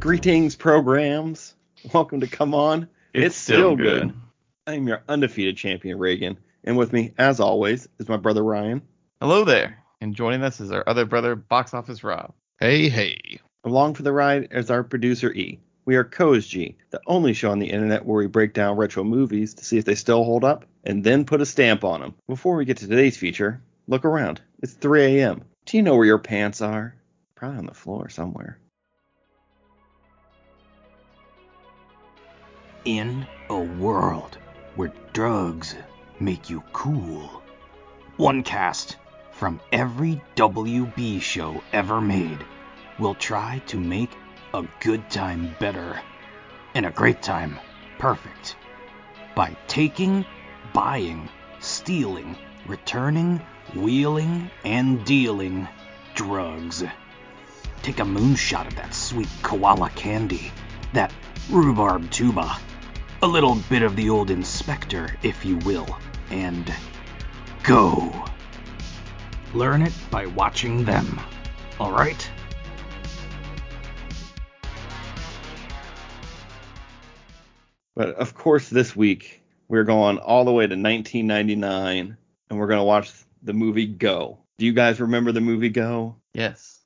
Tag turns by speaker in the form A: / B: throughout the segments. A: Greetings, programs. Welcome to Come On. It's, still, good. I am your undefeated champion, Reagan. And with me, as always, is my brother Ryan,
B: Hello there. And joining us is our other brother, Box Office Rob.
C: Hey, hey.
A: Along for the ride is our producer E. We are Co's G, the only show on the internet where we break down retro movies to see if they still hold up and then put a stamp on them. Before we get to today's feature, look around. It's 3 a.m. Do you know where your pants are? Probably on the floor somewhere.
D: In a world where drugs make you cool. One cast from every WB show ever made will try to make a good time better and a great time perfect by taking, buying, stealing, returning, wheeling, and dealing drugs. Take a moonshot of that sweet koala candy, that rhubarb tuba, a little bit of the old inspector, if you will, and go. Learn it by watching them. All right?
A: But of course, this week we're going all the way to 1999, and we're going to watch the movie Go. Do you guys remember the movie Go
B: Yes.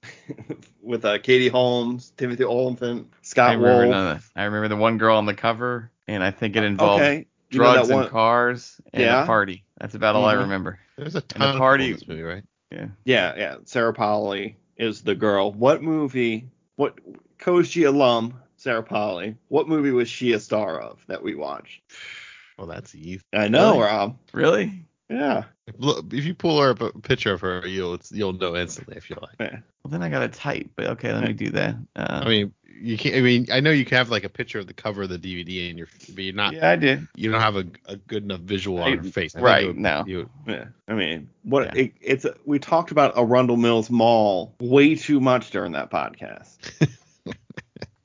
A: with uh, Katie Holmes, Timothy Olyphant,
B: I
A: Scott
B: remember,
A: Wolf?
B: none of that. I remember the one girl on the cover, and I think it involved
A: Uh, Okay, you know
B: drugs
A: that
B: and cars and
A: Yeah.
B: a party. That's about all I
A: Mhm.
B: remember.
C: There's a
B: the
C: ton of
B: party-
C: party in this movie, right?
A: Yeah, yeah. Sarah Polly is the girl. What movie? What Koji alum Sarah Polly? What movie was she a star of that we watched?
C: Well, that's easy.
A: I know,
B: Really?
A: Rob.
B: Really?
A: Yeah.
C: If, look, if you pull her up a picture of her, you'll you'll know instantly if you like.
B: Well, then I got to type, but okay, let me do that. Uh,
C: I
A: Oh,
C: mean, you can't. I mean, I know you can have like a picture of the cover of the DVD in your, but you're not.
B: yeah, I did.
C: You don't have a, a good enough visual
B: I-
C: on her face. I think
B: right,
C: it would-
B: no.
C: you would-
A: Yeah. I mean, what
B: Yeah.
A: it, it's we talked about Arundel Mills Mall way too much during that podcast.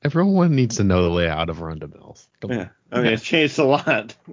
C: everyone needs to know the layout of Ronda Mills. Come on.
A: Yeah. I mean, it's changed a lot.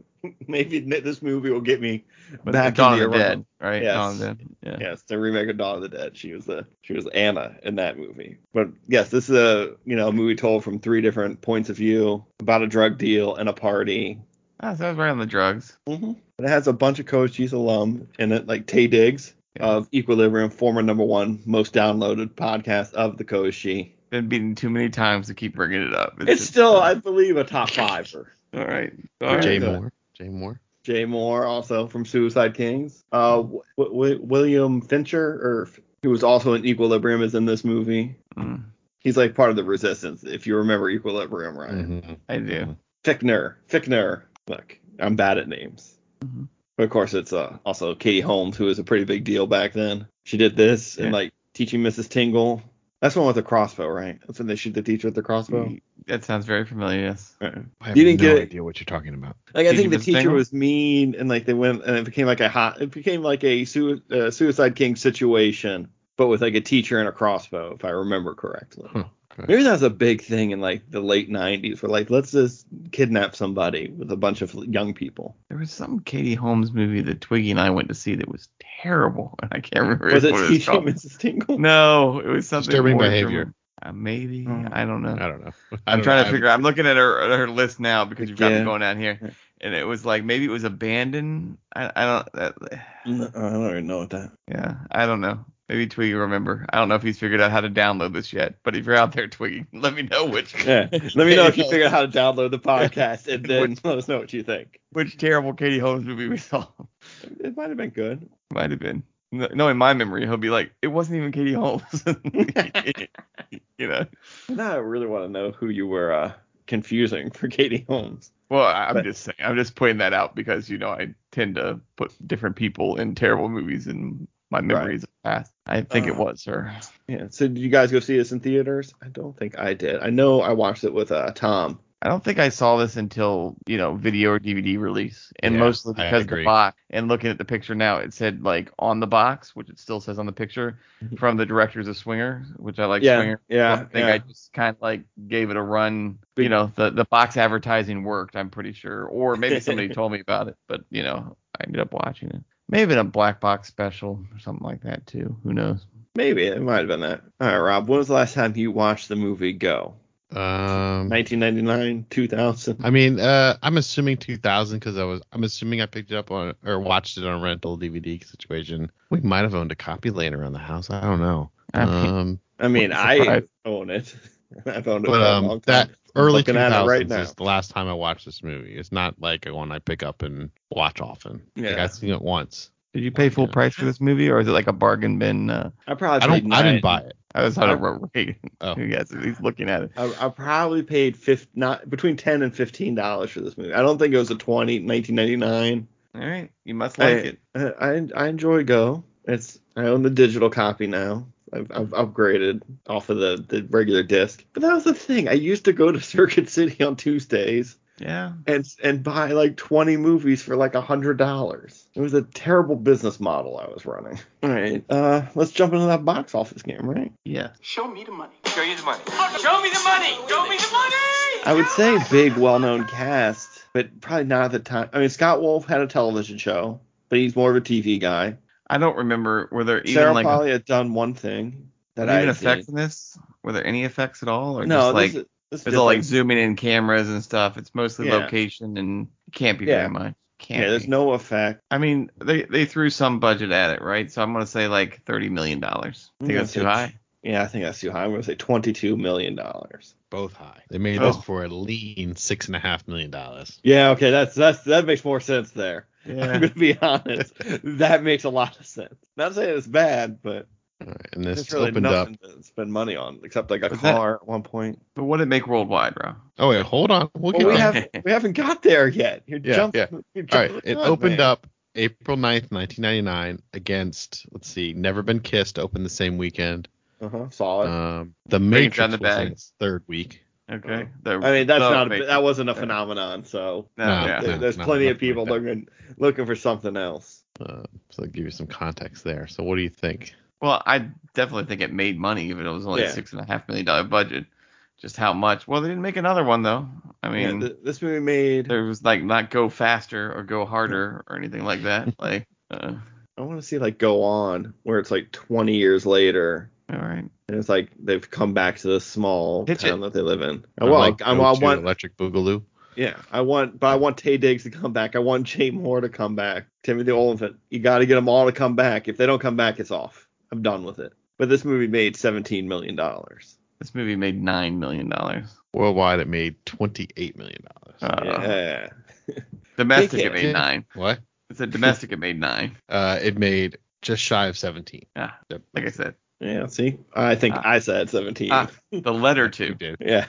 A: Maybe this movie will get me
B: But
A: back
B: Dawn of
A: into
B: the Dead,
A: Arundel.
B: right?
A: Yes.
B: Dawn of the Dead. Yeah.
A: Yes, the remake of Dawn of the Dead. She was the she was Anna in that movie. But yes, this is a you know a movie told from three different points of view about a drug deal and a party.
B: Ah, so I was right on the drugs.
A: Mm-hmm. It has a bunch of Coach G's alum in it, like Tay Diggs
B: Yeah.
A: of Equilibrium, former number one most downloaded podcast of the Coach G.
B: Been beaten too many times to keep bringing it up.
A: It's
B: just-
A: still, I believe, a top five for
B: all right.
A: All
B: All
A: right.
C: Jay
B: right.
A: Jane-
C: Moore. Jay Moore.
A: Jay Moore, also from Suicide Kings. Uh, w- w- William Fincher, or F- who was also in Equilibrium, is in this movie.
B: Mm,
A: He's like part of the resistance, if you remember Equilibrium, right?
B: Mm-hmm.
C: Mhm.
B: I do.
A: Fickner, Fickner. Look, I'm bad at names.
B: Mhm.
A: But of course, it's uh, also Katie Holmes, who was a pretty big deal back then. She did this and
B: Yeah.
A: like teaching Mrs. Tingle. That's the one with the crossbow, right? That's when they shoot the teacher with the
B: Mm-hmm.
A: crossbow.
B: Mm, That sounds very familiar. Yes.
A: Uh-uh.
C: I have
A: You didn't
C: no
A: get it.
C: idea what you're talking about.
A: Like I
B: Teaching
A: think the
B: Mrs.
A: teacher
B: Tingle?
A: was mean, and like they went, and it became like a hot, it became like a sui- uh, Suicide King situation, but with like a teacher and a crossbow, if I remember correctly.
C: Huh. Okay.
A: Maybe that was a big thing in like the late '90s, where like let's just kidnap somebody with a bunch of young people.
B: There was some Katie Holmes movie that Twiggy and I went to see that was terrible, and I can't remember
A: Was it
B: what was
A: teaching
B: called.
A: Mrs. Tingle?
B: No, it was something
C: Disturbing
B: more
C: behavior.
B: dramatic. Uh, maybe
A: Hmm.
B: I don't know.
C: I don't know. I
B: I'm
C: don't
B: trying
C: know.
B: to
C: I-
B: figure. I'm looking at her at her list now because you've got
A: Yeah.
B: me going down here, and it was like maybe it was abandoned. I, I don't. That,
A: No, I don't even know what that.
B: yeah, I don't know. Maybe Twiggy will remember. I don't know if he's figured out how to download this yet. But if you're out there, Twiggy, let me know which
A: Yeah. Let me know if you figure out how to download the podcast, and then
B: Which-
A: let us know what you think.
B: which terrible Katie Holmes movie we saw.
A: It might have been good.
B: Might have been. No, no, in my memory, he'll be like, it wasn't even Katie Holmes. you know.
A: Now I really want to know who you were uh, confusing for Katie Holmes.
B: Well, I- I'm
A: But-
B: just saying. I'm just pointing that out because you know I tend to put different people in terrible movies in my memories of the past. I think it
C: Uh-huh.
A: Uh.
B: was her.
A: Yeah. So did you guys go see this in theaters? I don't think I did. I know I watched it with uh, Tom.
B: I don't think I saw this until you know video or DVD release, and
C: Yeah,
B: mostly
C: I
B: because the
C: agree.
B: box. And looking at the picture now, it said like on the box, which it still says on the picture,
C: Mm-hmm.
B: from the directors of Swinger, which I like
A: yeah.
B: Swinger.
A: Yeah.
B: I think
A: yeah.
B: I just kind of like gave it a run.
A: Big-
B: You know, the the box advertising worked. I'm pretty sure, or maybe somebody told me about it, but you know, I ended up watching it. Maybe in a black box special or something like that too. Who knows?
A: Maybe it might have been that. All right, Rob. When was the last time you watched the movie Go?
C: Um,
A: 1999, 2000.
C: I mean, uh, I'm assuming 2000 because I was. I'm assuming I picked it up on or watched it on a rental DVD situation. We might have owned a copy laying around the house. I don't know.
B: I
A: Uh,
B: mean-
C: Um,
A: I mean, I
B: Surprise.
A: own it. I found it
C: but
A: for a
C: um,
A: long time.
C: that early
A: looking at it
C: 2000s
A: right now.
C: is the last time I watched this movie. It's not like one I pick up and watch often. Like
A: Yeah.
C: I've seen it once.
B: Did you pay full
C: Yeah.
B: price for this movie, or is it like a bargain bin? Uh,
A: I probably
C: I
A: paid
C: don't. I
A: nine-
C: didn't buy it.
B: I was out of Reagan.
C: Oh.
B: yes, he's looking at it.
A: I, I probably paid fif- not between ten and fifteen dollars for this movie. I don't think it was a twenty, nineteen ninety nine.
B: All right, you must
A: I,
B: like it.
A: uh, I I enjoy Go. It's I own the digital copy now. I've, I've upgraded off of the, the regular disc. But that was the thing. I used to go to Circuit City on Tuesdays
B: Yeah.
A: and and buy like 20 movies for like a hundred dollars. It was a terrible business model I was running. All right, uh, let's jump into that box office game, right?
B: Yeah.
E: Show me the money. Show you the money. Show me the money. Show me the money.
A: I would say big, well-known cast, but probably not at the time. I mean, Scott Wolf had a television show, but he's more of a TV guy.
B: I don't remember were there even
A: Sarah
B: like
A: Polly had done one thing that
B: were
A: I
B: there even
A: had
B: effects
A: seen.
B: in this? Were there any effects at all, or
A: No,
B: just like
A: this is, this is
B: it's all like
A: different.
B: zooming in cameras and stuff? It's mostly
A: Yeah.
B: location and it can't be
A: Yeah.
B: very much. Can't.
A: yeah, there's
B: be.
A: no effect.
B: I mean, they they threw some budget at it, right? So I'm gonna say like thirty million dollars. I
A: I'm
B: think
A: gonna
B: that's too
A: say-
B: high.
A: Yeah, I think that's too high. I'm gonna say 22 million dollars.
C: Both high. They made this
B: Oh.
C: for a lean six and a half million dollars.
A: Yeah, okay, that's that's that makes more sense there. I'm
B: Yeah.
A: gonna be honest, that makes a lot of sense. Not saying it's bad, but
C: And this
A: there's really
C: opened up.
A: nothing to spend money on except like a
B: Was that-
A: car at one point.
B: but what did it make worldwide, Rob?
C: Oh wait, hold on. We'll
A: Well,
C: get
A: we
C: there.
A: have we haven't got there yet. You're
C: Yeah,
A: jumping.
C: yeah.
A: You're
C: All right.
A: jumping the
B: Oh,
C: It
A: gun
C: opened
A: there.
C: up April 9th, 1999, against, let's see, Never Been Kissed opened the same weekend.
A: Uh-huh, solid.
C: Um, the
B: Breaking
C: Matrix
B: down the
C: was in
B: bag.
C: its third week.
B: Okay. The,
A: I mean, that's
B: the
A: not a,
B: Matrix.
A: that wasn't a
B: Yeah.
A: phenomenon. So
B: No,
C: No.
B: yeah.
A: there-
C: no,
A: there's
C: no,
A: plenty of
C: nothing
A: people
C: like
A: looking looking for something else.
C: Uh, so I'll give you some context there. So what do you think?
B: Well, I definitely think it made money, even if it was only
A: Yeah.
B: a six and a half million dollar budget. Just how much? Well, they didn't make another one though. I
A: I mean,
B: mean,
A: this movie made.
B: there was like not go faster or go harder or anything like that. Like, uh,
A: I want to see like go on where it's like 20 years later.
B: all right,
A: And it's like they've come back to this small
B: Pitch
A: town
B: it.
A: that they live in.
C: I
B: Uh,
A: I well,
C: like
A: I, I,
C: Go to
A: want,
C: Electric Boogaloo.
A: yeah, I want, but I want Tay Diggs to come back. I want Jay Moore to come back. Timothy Olyphant. You got to get them all to come back. If they don't come back, it's off. I'm done with it. But this movie made 17 million dollars.
B: this movie made nine million dollars.
C: Worldwide, it made 28 million dollars.
B: Uh,
A: yeah.
B: Domestic,
A: Take
B: it
A: it.
B: made nine.
C: what?
B: It's a domestic, it made nine.
C: Uh, it made just shy of 17.
B: Ah,
C: Yep.
B: Like I said,
A: Yeah. See, I think
B: Ah.
A: I said 17.
B: Ah. the letter
C: You
B: two.
C: did.
A: Yeah.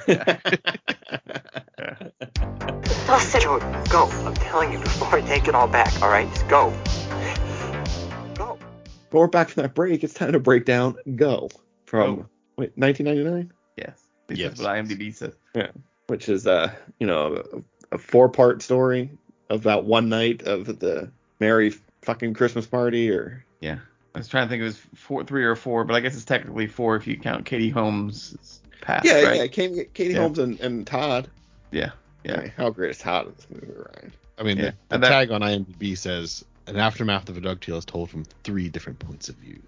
E: Blasted road. Go. I'm telling you before I take it all back. All right, just go. Go.
A: but we're back from that break. It's time to break down Go from
B: Go.
A: wait 1999,
B: Yes, this
C: Yes.
B: is what IMDb says.
A: which is uh you know a, a four part story about one night of the merry fucking Christmas party or
B: Yeah, I was trying to think it was four, three or four, but I guess it's technically four if you count Katie Holmes' past,
A: yeah
B: right?
A: yeah Katie, Katie
B: Yeah.
A: Holmes and, and Todd
B: Yeah, yeah.
A: Man, how great is Todd in this movie Ryan
C: I mean,
B: Yeah.
C: the, the
B: And that-
C: tag on IMDb says an aftermath of a dog tale is told from three different points of view.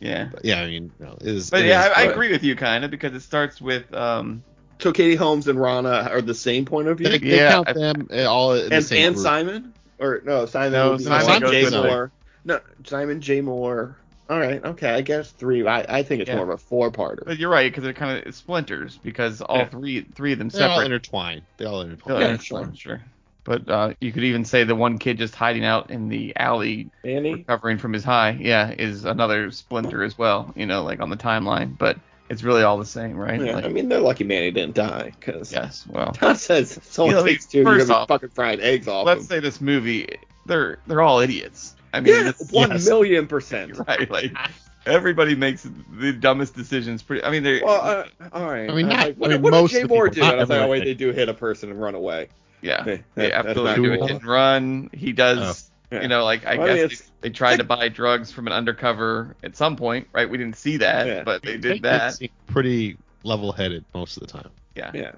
B: Yeah.
C: But yeah, I mean, no, it is.
B: But
C: it
B: yeah,
C: is
B: I, I
C: good.
B: agree with you kind of because it starts with um
A: so Katie Holmes and Rana are the same point of view
C: They, they
B: Yeah,
C: count
B: I-
C: them uh, all in the
A: and,
C: same
A: and
C: group.
A: Simon or no Simon
B: No,
A: would be
B: Simon
A: Simon
C: goes
A: J
C: with Simon.
A: Moore no Simon J Moore all right okay I guess three I, I think it's
B: Yeah.
A: more of a four parter
B: but you're right because it kind of splinters because all
A: Yeah.
B: three three of them
C: They all
B: separate.
C: intertwine. They all intertwine.
B: Oh,
A: Yeah,
B: yeah,
A: sure.
B: sure, sure. But uh, you could even say the one kid just hiding out in the alley
A: Annie
B: recovering from his high, yeah, is another splinter as well. You know, like on the timeline, but it's really all the same, right?
A: yeah,
B: Like,
A: I mean they're lucky Manny didn't die because
B: yes. Well,
A: Todd says if someone
B: You know,
A: takes two you're
B: first
A: gonna be
B: off,
A: fucking frying eggs off
B: let's
A: them.
B: say this movie, they're they're all idiots. I mean,
A: yeah
B: this-
A: one
C: yes.
A: million percent
B: right? Like everybody makes the dumbest decisions. Pretty. I mean, they.
A: well uh, all right
C: I mean, not-
A: I'm like,
C: I
A: what,
C: mean,
A: what
C: most
A: did Jay
C: of the
A: Moore do
C: people- not
A: I was like oh wait
C: everyone.
A: they do hit a person and run away
B: yeah.
A: Hey,
B: They
A: that- that's
B: absolutely
A: not Oh.
B: do a
C: cool.
B: hit and run. He does,
A: Yeah.
B: you know, like I
A: Well, I mean,
B: guess
A: it's-
B: they, they tried to buy drugs from an undercover at some point, right? We didn't see that,
A: Yeah.
B: but they
C: They
B: did that.
C: seem pretty level-headed most of the time.
B: Yeah.
A: yeah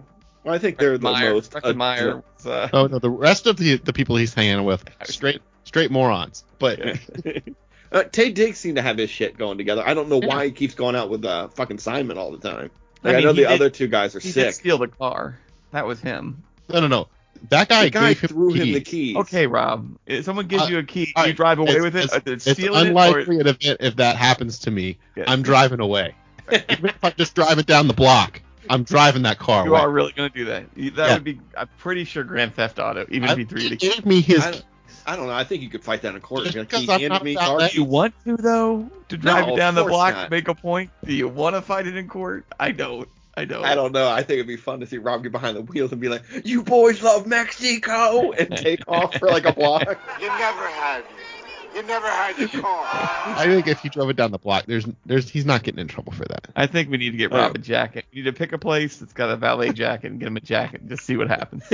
A: well, I think they're the
B: Meyer,
A: most
B: Dr. Meyer was, uh,
C: Oh no, the rest of the the people he's hanging with straight straight morons. But
A: Yeah. uh, Tay Diggs seemed to have his shit going together. I don't know why he keeps going out with uh, fucking Simon all the time. Like, I,
B: mean,
A: know
B: he
A: the
B: did-
A: other two guys are
B: He
A: sick.
B: did steal the car. That was him.
C: No, no, no. That guy,
A: the guy
C: gave him
A: threw him
C: key.
A: the keys.
B: Okay, Rob. If someone gives
C: Uh,
B: you a key, do
C: all
B: you
C: right,
B: drive away
C: It's-
B: with it?
C: It's,
B: Or did it
C: it's
B: steal
C: unlikely
B: it?
C: an event if that happens to me.
B: Yeah.
C: I'm driving away. Even if I'm just driving down the block, I'm driving that car
B: Or you
C: away.
B: are really going to do that? You- That
C: Yeah.
B: would be. I'm pretty sure Grand Theft Auto, even
C: I-
B: if he threw you
C: he
B: the key.
C: gave me his.
A: I
C: key.
A: don't, I don't know. I think you could fight that in court.
C: Just
A: You're like,
C: because
A: he
C: I'm
A: handed
C: not
A: me
C: about
A: car
C: that-
B: Do you want to though? To drive
A: No,
B: it down
A: of
B: the
A: course
B: block,
A: not.
B: make a point. Do you want to fight it in court? I don't. I don't.
A: I don't know. I think it'd be fun to see Rob get behind the wheels and be like, "You boys love Mexico," and take off for like a block.
E: You never had me. You never had the car.
C: I think if he drove it down the block, there's, there's, he's not getting in trouble for that.
B: I think we need to get
A: All
B: Rob
A: right.
B: a jacket. We need to pick a place that's got a valet jacket and get him a jacket and just see what happens.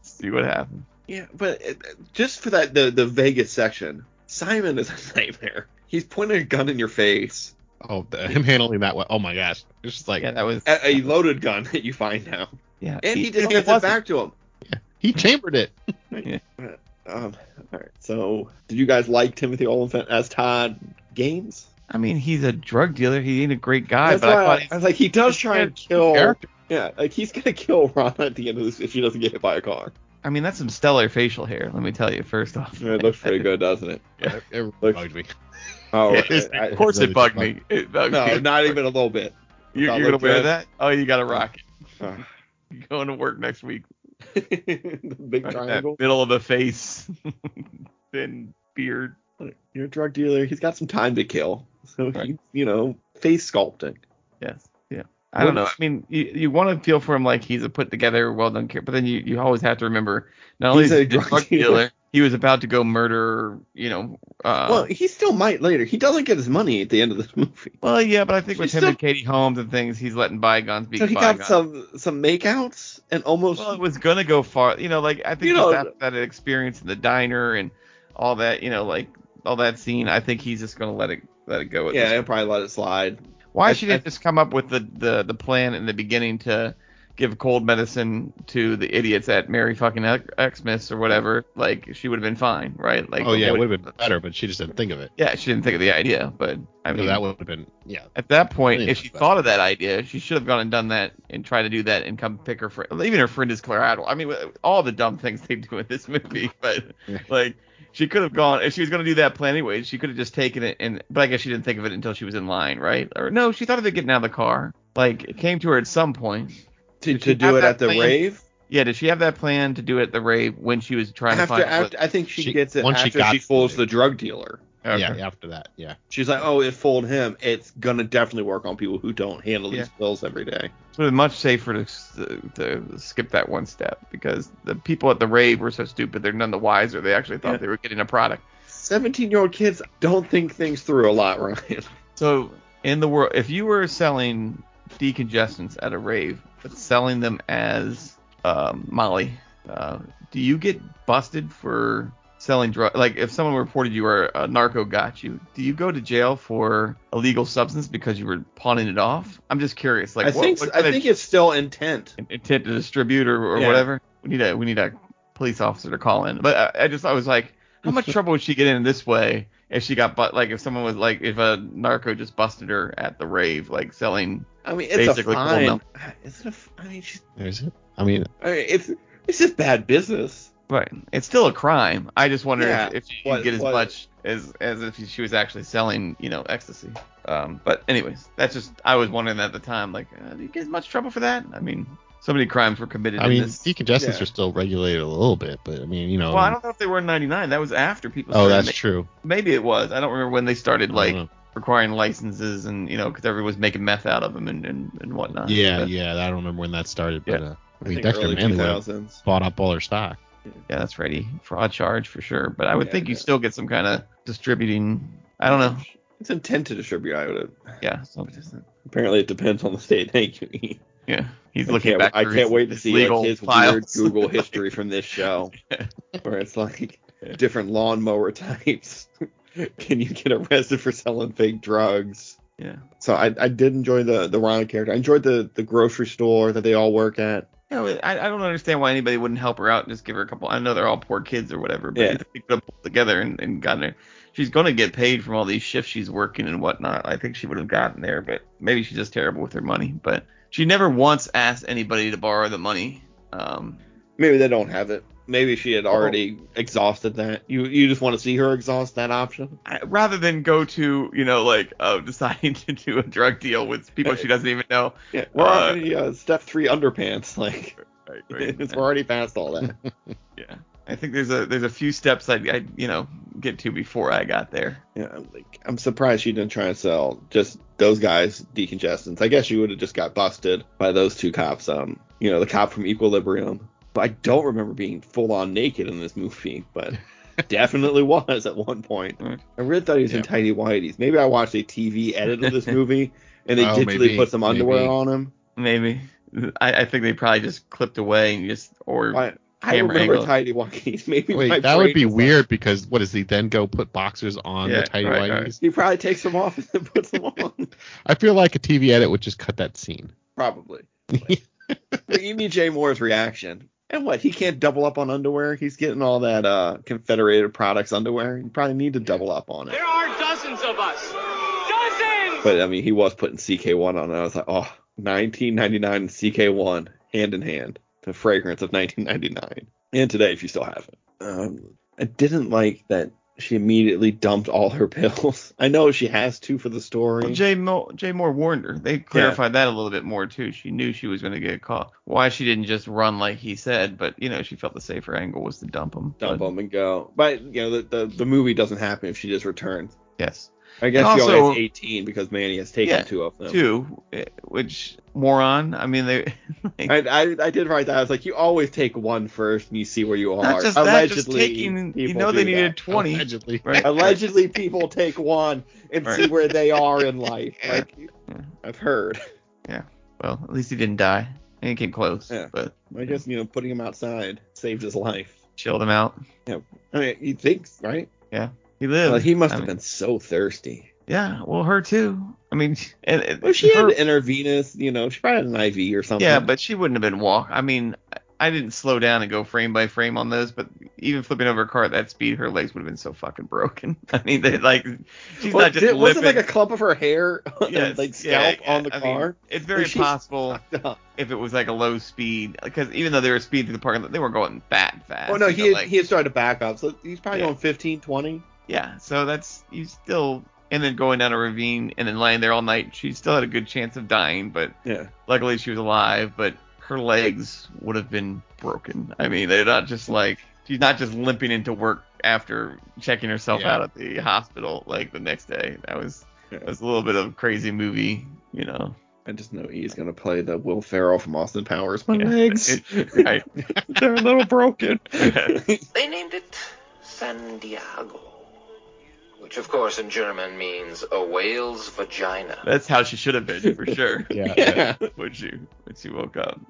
B: see what happens.
A: Yeah, but uh, just for that the the Vegas section, Simon is a nightmare. He's pointing a gun in your face,
C: Oh, the, him handling that way. Oh my gosh, it's just like
B: yeah, that was.
A: a, a loaded gun that you find now,
B: yeah.
A: and he
B: it-
A: just
B: it
A: gives it
B: wasn't-
A: back to him.
C: he chambered it.
A: Um, all right. So, did you guys like Timothy Oliphant as Todd Games?
B: I mean, he's a drug dealer. He ain't a great guy,
A: That's
B: but I
A: why
B: thought
A: I, I was like, he does
C: This
A: try
C: guy
A: and
B: Oh,
A: kill.
C: character.
A: Yeah, like he's gonna kill Ron at the end of this if she doesn't get hit by a car.
B: I mean, that's some stellar facial hair. Let me tell you, first off.
A: It looks pretty good, doesn't it?
C: It, it
A: Look.
C: bugged me.
A: Oh,
C: Yeah, it's-
A: I- I-
B: Of course,
C: really
B: it bugged
C: bugged-
B: me. It bugged
A: no,
B: me.
A: not even a little bit.
B: You're,
A: That
B: you're gonna
A: looked
B: wear
A: good.
B: that? Oh, you gotta rock it.
A: Ah.
B: You're going to work next week.
A: the big
B: Right in
A: triangle.
B: That middle of the face, thin beard.
A: You're a drug dealer. He's got some time to kill, so
B: Right.
A: he, you know, face sculpting.
B: Yes. Yeah. I don't know. I mean, you, you want to feel for him like he's a put together, well done character, but then you, you always have to remember not only
A: He's
B: is he
A: a
B: a drug,
A: drug
B: dealer,
A: dealer.
B: he was about to go murder, you know. Uh,
A: well,
B: well,
A: he still might later. He doesn't get his money at the end of this movie,
B: yeah, but I think with
A: He's
B: him
A: still-
B: and Katie Holmes and things, he's letting bygones be
A: so he
B: bygones.
A: got some some makeouts and almost.
B: well, it was gonna go far, you know. Like I think
A: You
B: just
A: know-
B: after that experience in the diner and all that, you know, like all that scene, I think he's just gonna let it let it go. At this
A: yeah, he'll probably let it slide.
B: Why
A: I-
B: she didn't just come up with the, the, the plan in the beginning to give cold medicine to the idiots at Mary fucking Ex- Xmas or whatever? Like she would have been fine, right? Like
C: oh yeah, it
B: what-
C: would have been better, but she just didn't think of it.
B: yeah, she didn't think of the idea, but I
C: I
B: mean,
C: that would have been yeah.
B: at that point,
C: Yeah,
B: if she
C: but-
B: thought of that idea, she should have gone and done that and tried to do that and come pick her friend. Even her friend is Claire Adwell. I mean, all the dumb things they do in this movie, but
C: Yeah.
B: like she could have gone if she was going to do that plan anyway. She could have just taken it and, but I guess she didn't think of it until she was in line, right? Or no, she thought of it getting out of the car. Like it came to her at some point.
A: To,
B: Did she
A: to
B: have
A: do it
B: that
A: at the
B: plan?
A: rave
B: Yeah, did she have that plan to do it at the rave when she was trying
A: after,
B: to find?
A: after. I think she,
C: She-
A: gets it
C: once she
A: after
C: got
A: she
C: the
A: fools
C: rave.
A: the drug dealer.
B: Okay.
C: Yeah, after that, yeah.
A: She's like, oh, it fooled him. It's gonna definitely work on people who don't handle these pills every day.
B: It would have been much safer to, s- to skip that one step because the people at the rave were so stupid they're none the wiser. They actually thought
A: Yeah.
B: they were getting a product.
A: Seventeen-year-old kids don't think things through a lot, Ryan.
B: So in the world, if you were selling decongestants at a rave but selling them as um, Molly, uh, do you get busted for selling drug? Like if someone reported you were a narco got you, do you go to jail for illegal substance because you were pawning it off? I'm just curious. Like
A: I
B: what,
A: think
B: what
A: I
B: kind of
A: think it's still intent.
B: intent to distribute or, or
A: Yeah.
B: whatever. We need a we need a police officer to call in. But I, I just I was like, how much trouble would she get in this way if she got but like if someone was like if a narco just busted her at the rave like selling
A: I mean, it's
B: Basically,
A: a
B: cool
A: fine.
B: milk.
A: Is it a? f- I mean, she's.
C: There's it. I mean,
A: I mean, it's it's just bad business.
B: right it's still a crime. I just wonder
A: Yeah,
B: if, if she
A: what-
B: could get as
A: what-
B: much as as if she was actually selling you know ecstasy. Um, but anyways, that's just I was wondering at the time like uh, do you get as much trouble for that? I mean, so many crimes were committed.
C: I
B: in
C: mean,
B: this.
C: decongestants
A: yeah.
C: are still regulated a little bit, but I mean, you know.
B: well, I don't know if they were in '99. That was after people.
C: oh,
B: started
C: that's
B: ma-
C: true.
B: Maybe it was. I don't remember when they started
C: I
B: like
C: don't
B: requiring licenses and you know because everyone's making meth out of them and and, and
C: know.
B: whatnot.
C: yeah,
B: But,
C: yeah. I don't remember when that started, but uh, I
A: I
C: mean,
A: think
C: Dexter
A: early
C: Manley would have
A: 2000s.
C: bought up all her stock.
B: yeah, that's right. He- Fraud charge for sure, but I would
A: Yeah,
B: think you
A: yeah.
B: still get some kind of distributing. I don't know.
A: It's intent to distribute. I would.
B: Yeah, so it isn't-
A: Apparently, it depends on the state. Thank you. eat.
B: yeah. He's
A: I
B: looking
A: can't,
B: back.
A: I
B: through
A: can't
B: his-
A: wait to see like,
B: legal
A: his weird
B: files.
A: Google history from this show, where it's like different lawnmower types. Can you get arrested for selling fake drugs?
B: Yeah.
A: So I, I did enjoy the the Ron character. I enjoyed the the grocery store that they all work at.
B: Yeah, well, I, I don't understand why anybody wouldn't help her out and just give her a couple. I know they're all poor kids or whatever, but
A: Yeah.
B: if they could have pulled together and, and gotten her. She's going to get paid from all these shifts she's working and whatnot. I think she would have gotten there, but maybe she's just terrible with her money. But She never once asked anybody to borrow the money. Um,
A: Maybe they don't have it. Maybe she
B: Uh-huh.
A: had already exhausted that. You you just want to see her exhaust that option?
B: I- rather than go to, you know, like uh, deciding to do a drug deal with people she doesn't even know.
A: Yeah, we're
B: Uh,
A: already uh, step three underpants. Like
B: Right,
A: it's, we're already past all that.
B: Yeah, I think there's a there's a few steps I I you know get to before I got there.
A: yeah, I'm like I'm surprised she didn't try and sell just those guys decongestants. I guess she would have just got busted by those two cops. Um, you know, the cop from Equilibrium. But I don't remember being full on naked in this movie, but definitely was at one point.
B: Mm.
A: I really thought he was in
C: Yeah.
A: tidy whities. Maybe I watched a TV edit of this movie and they
C: Oh,
A: digitally
C: maybe,
A: put some underwear
C: maybe.
A: on him.
B: Maybe I, I think they probably just clipped away and just or
A: I, I
B: Camera
A: remember
B: angle.
A: tidy whities. Maybe my
C: Wait, that would
A: brain
C: be
A: is-
C: weird because what does he then go put boxers on
B: Yeah,
C: the tidy
B: right, right.
C: whities?
A: He probably takes them off and then puts them on.
C: I feel like a TV edit would just cut that scene.
A: Probably. But you mean Jay Moore's reaction. And what? He can't double up on underwear? He's getting all that uh, Confederated Products underwear. You probably need to double up on it.
F: There are dozens of us. Dozens!
A: But I mean, he was putting CK1 on, and I was like, oh, 1999 and CK1 hand in hand. The fragrance of 1999. And today, if you still have it. Um, I didn't like that she immediately dumped all her pills. I know she has to for the story.
B: Well, Jay, Mo- Jay Moore warned her. They clarified that a little bit more too. She knew she was going to get caught. Why she didn't just run like he said, but you know she felt the safer angle was to dump him.
A: dump
B: But,
A: them and go. But you know, the, the the movie doesn't happen if she just returns.
B: Yes.
A: I guess
B: And
A: she only
B: also-
A: has 18 because Manny has taken
B: Yeah,
A: two of them.
B: Two, eh, which moron. I mean they. like,
A: I, I I did write that. I was like, you always take one first and you see where you are.
B: not just that, just
A: allegedly,
B: taking. You
A: people
B: know they
A: do
B: needed
A: that.
B: twenty.
C: Allegedly.
B: Right.
A: Allegedly, people take one and
B: Right.
A: see where they are in life. Like, I've heard.
B: Well, at least he didn't die. He came close,
A: Yeah.
B: but
A: I guess you know, putting him outside saved his life.
B: chilled him out.
A: I mean, you think, right?
B: He lived.
A: Well, he must
B: I
A: have
B: mean,
A: been so thirsty.
B: Yeah, well, her too. I mean, and, and
A: Well, she had
B: her-
A: an intravenous, you know, she probably had an IV or something.
B: yeah, but she wouldn't have been walk. I mean, I didn't slow down and go frame by frame on those, but even flipping over a car at that speed, her legs would have been so fucking broken. I mean, they like she's
A: Well,
B: not just
A: did- wasn't
B: lipping.
A: like a clump of her hair,
B: Yes,
A: like
B: yeah,
A: scalp on the
B: I mean,
A: car?
B: it's very
A: Like, she's-
B: possible if it was like a low speed, because even though they were speed through the parking lot, they weren't going that fast.
A: Oh no,
B: you
A: he
B: know,
A: had,
B: like-
A: he had started to back up, so he's probably
B: Yeah.
A: going 15, 20.
B: Yeah, so that's you still and then going down a ravine and then lying there all night. She still had a good chance of dying, but
A: Yeah.
B: luckily she was alive. But her legs would have been broken. I mean, they're not just like she's not just limping into work after checking herself
C: Yeah.
B: out at the hospital like the next day. That was
A: Yeah.
B: that was a little bit of crazy movie, you know.
A: I just know he's gonna play the Will Ferrell from Austin Powers. My
B: Yeah.
A: legs,
B: It- right.
A: they're a little broken.
G: They named it San Diego, which of course in German means a whale's vagina.
B: That's how she should have been for sure.
C: Yeah.
A: yeah.
B: when she when she woke up.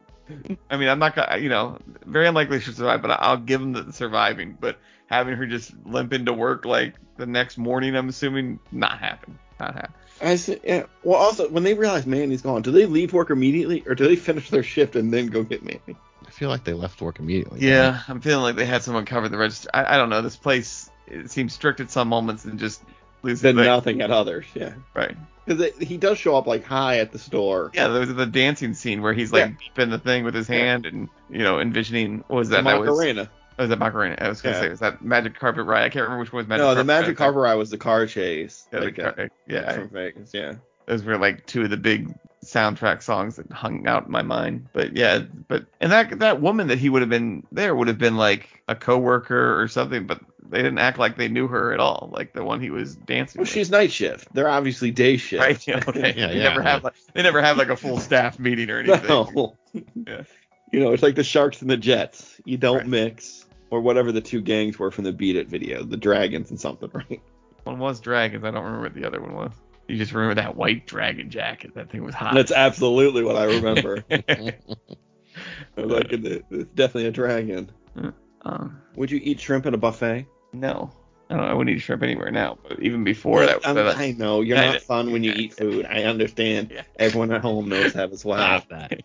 B: I mean, I'm not gonna, you know, very unlikely she'll survive, but I'll give them the surviving. But having her just limp into work like the next morning, I'm assuming, not happen, not happen.
A: I see, yeah. Well, also when they realize Manny's gone, do they leave work immediately or do they finish their shift and then go get Manny?
C: I feel like they left work immediately.
B: Yeah, I'm feeling like they had someone cover the register. I, I don't know. This place it seems strict at some moments and just loses
A: Then
B: like-
A: nothing at others. Yeah,
B: Right.
A: because he does show up like high at the store.
B: Yeah, there was the dancing scene where he's like beeping the thing with his
A: Yeah.
B: hand and you know envisioning what was that? That was,
A: Macarena.
B: that was that Macarena. I was gonna
A: Yeah.
B: say was that Magic Carpet Ride. I can't remember which one was Magic.
A: no, the
B: Carpet
A: Magic
B: Ride.
A: Carver Ride was the car chase.
B: Yeah, the
A: like, uh,
B: car- yeah,
A: from Vegas. Yeah.
B: those were like two of the big soundtrack songs that hung out in my mind. But yeah, but and that that woman that he would have been there would have been like a coworker or something, but they didn't act like they knew her at all. Like the one he was dancing
A: Well,
B: with.
A: she's night shift. They're obviously day shift.
B: right. Yeah, okay.
C: Yeah,
B: they
C: yeah,
B: never have
C: yeah.
B: like they never have like a full staff meeting or anything.
A: No.
B: Yeah.
A: You know, it's like the Sharks and the Jets. You don't
B: Right.
A: mix, or whatever the two gangs were from the Beat It video, the Dragons and something, right?
B: One was dragons. I don't remember what the other one was. You just remember that white dragon jacket. That thing was hot.
A: That's absolutely what I remember.
B: That's
A: I was like, it- it's definitely a dragon.
B: um,
A: Would you eat shrimp at a buffet?
B: no. I don't know. I wouldn't eat shrimp anywhere now. But even before that,
A: I'm-
B: that-
A: Um, I know you're
B: I-
A: not fun when you eat food. I understand.
B: Yeah. Ah.
A: Everyone at home knows that as well.
C: Stop that.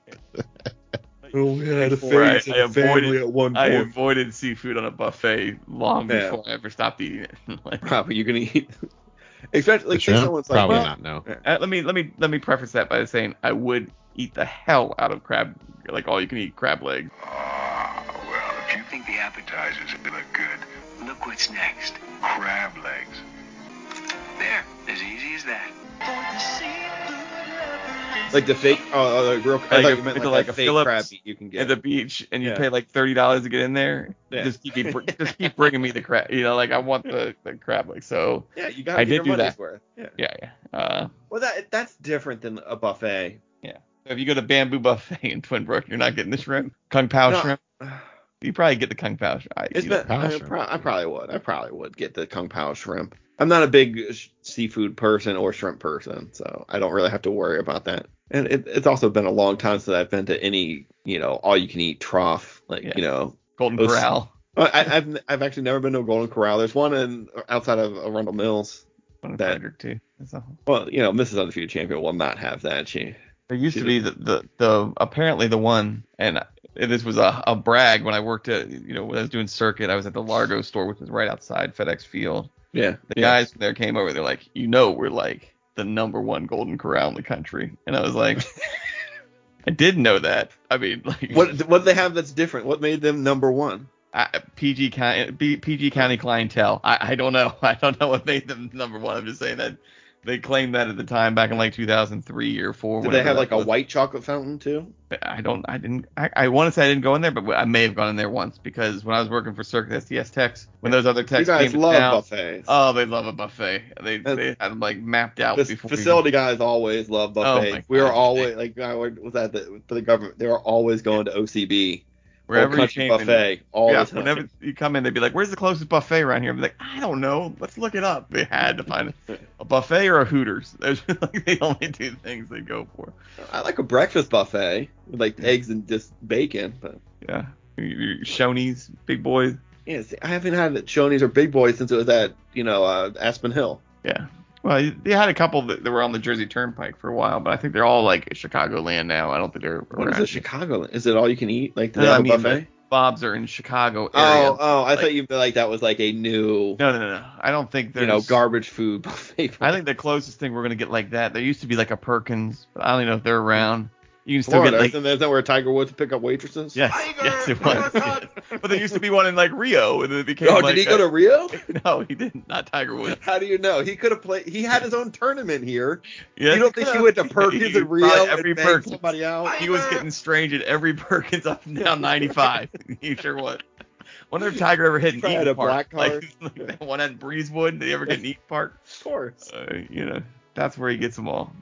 A: Oh, we had a
B: Before I-
A: phase
B: I
A: of the family
B: avoided-
A: at one
B: I
A: point.
B: avoided seafood on a buffet long
A: Yeah.
B: before I ever stopped eating it. Like,
A: Probably you're gonna eat. Especially like
C: The shrimp?
A: someone's like,
C: Probably
A: well,
C: not. No.
B: uh, let me let me let me preface that by saying I would eat the hell out of crab, like all you can eat crab legs.
H: Ah, well, if you think the appetizers look good, look what's next. Crab legs. There, as easy as that.
A: Like the fake, oh, oh, like real. I
B: Like
A: thought
B: a-
A: you meant
B: it's
A: like,
B: like
A: a,
B: a
A: fake
B: Phillips
A: crab meat you can get.
B: at the beach and you
A: Yeah.
B: pay like thirty dollars to get in there.
A: Yeah.
B: Just keep eat- just keep bringing me the crab. You know, like I want the, the crab. Like so,
A: yeah, you got
B: I
A: to get
B: did
A: your
B: do
A: money's
B: that.
A: worth. Yeah.
B: yeah, yeah. Uh,
A: Well, that that's different than a buffet.
B: so if you go to Bamboo Buffet in Twin Brook, you're not getting the shrimp, Kung Pao
A: No.
B: shrimp. You probably get the Kung Pao shrimp. I,
A: It's
B: you know,
A: been, I,
C: shrimp.
A: pro- I probably would. I probably would get the kung pao shrimp. I'm not a big sh- seafood person or shrimp person, so I don't really have to worry about that. And it, it's also been a long time since I've been to any, you know, all you can eat trough, like
B: Yeah.
A: you know.
B: Golden
A: those-
B: Corral.
A: I, I- I've I've actually never been to a Golden Corral. There's one in outside of Arundel Mills.
B: Golden
A: that-
B: Frederick, too. That's all.
A: Well, you know, Mrs. Undefeated Champion will not have that. She
B: There used to
A: Shoot.
B: be the, the, the apparently the one, and this was a, a brag when I worked at, you know, when I was doing circuit, I was at the Largo store, which is right outside FedEx Field.
A: yeah
B: The
A: yeah.
B: guys there came over, they're like, you know, we're like the number one Golden Corral in the country. And I was like, I did know that. I mean, like,
A: What what do they have that's different? What made them number one?
B: I, PG, County- B- PG County clientele. I, I don't know. I don't know what made them number one. I'm just saying that they claimed that at the time back in like 2003 or four.
A: Did they
B: whenever
A: have
B: that
A: like a
B: was.
A: white chocolate fountain too?
B: I don't, I didn't, I, I want to say I didn't go in there, but I may have gone in there once because when I was working for Circuit STS Techs, when those other
A: You
B: techs came
A: guys
B: to
A: love
B: town,
A: buffets.
B: oh, they love a buffet. They, they had them like mapped out
A: the
B: before we- Oh
A: facility guys always love
B: my
A: buffets. we
B: God,
A: were
B: they-
A: always like I would- was at the for the government. They were always going to OCB or
B: wherever you
A: country
B: came in.
A: buffet all
B: yeah,
A: the time.
B: whenever you come in, they'd be like, "Where's the closest buffet around here?" I'd be like, "I don't know. Let's look it up." They had to find a buffet or a Hooters. Those were like the only two things they go for.
A: I like a breakfast buffet with like eggs and just bacon. But
B: Yeah, Your- your Shoney's, Big Boys.
A: yeah, see, I haven't had it Shoney's or Big Boy since it was at you know uh, Aspen Hill.
B: Yeah. Well, you- they had a couple that, that were on the Jersey Turnpike for a while, but I think they're all like Chicagoland now. I don't think they're
A: What is
B: around
A: it,
B: here.
A: Chicago? Is it all you can eat? Like do
B: No,
A: they
B: I
A: have a
B: mean,
A: buffet?
B: Bob's are in Chicago area.
A: Oh, oh, I
B: like-
A: thought you meant like that was like a new
B: No, no, no, no. I don't think there's.
A: you know garbage food buffet.
B: I think the closest thing we're gonna get like that. There used to be like a Perkins, but I don't even know if they're around. You can still
A: Florida.
B: get like
A: isn't, that- isn't that where Tiger Woods would pick up waitresses?
B: Yes,
E: Tiger,
B: yes, it was.
E: Tiger.
B: Yes. But there used to be one in like Rio, and then it became.
A: Oh,
B: like uh,
A: did he
B: a-
A: go to Rio?
B: No, he didn't. Not Tiger Woods.
A: How do you know? He could have played. He had his own tournament here.
B: Yeah.
A: you don't think he went to Perkins and Rio
B: Probably
A: every
B: every
A: and banged
B: Perkins.
A: somebody out?
B: He was getting strange at every Perkins up and down 95. he sure was. Wonder if Tiger ever hit an
A: Probably
B: Eaton
A: had a
B: Park.
A: black card.
B: Like, like that one at Breezewood. Did he ever get an Eaton Park?
A: Of course.
B: Uh, you know, that's where he gets them all.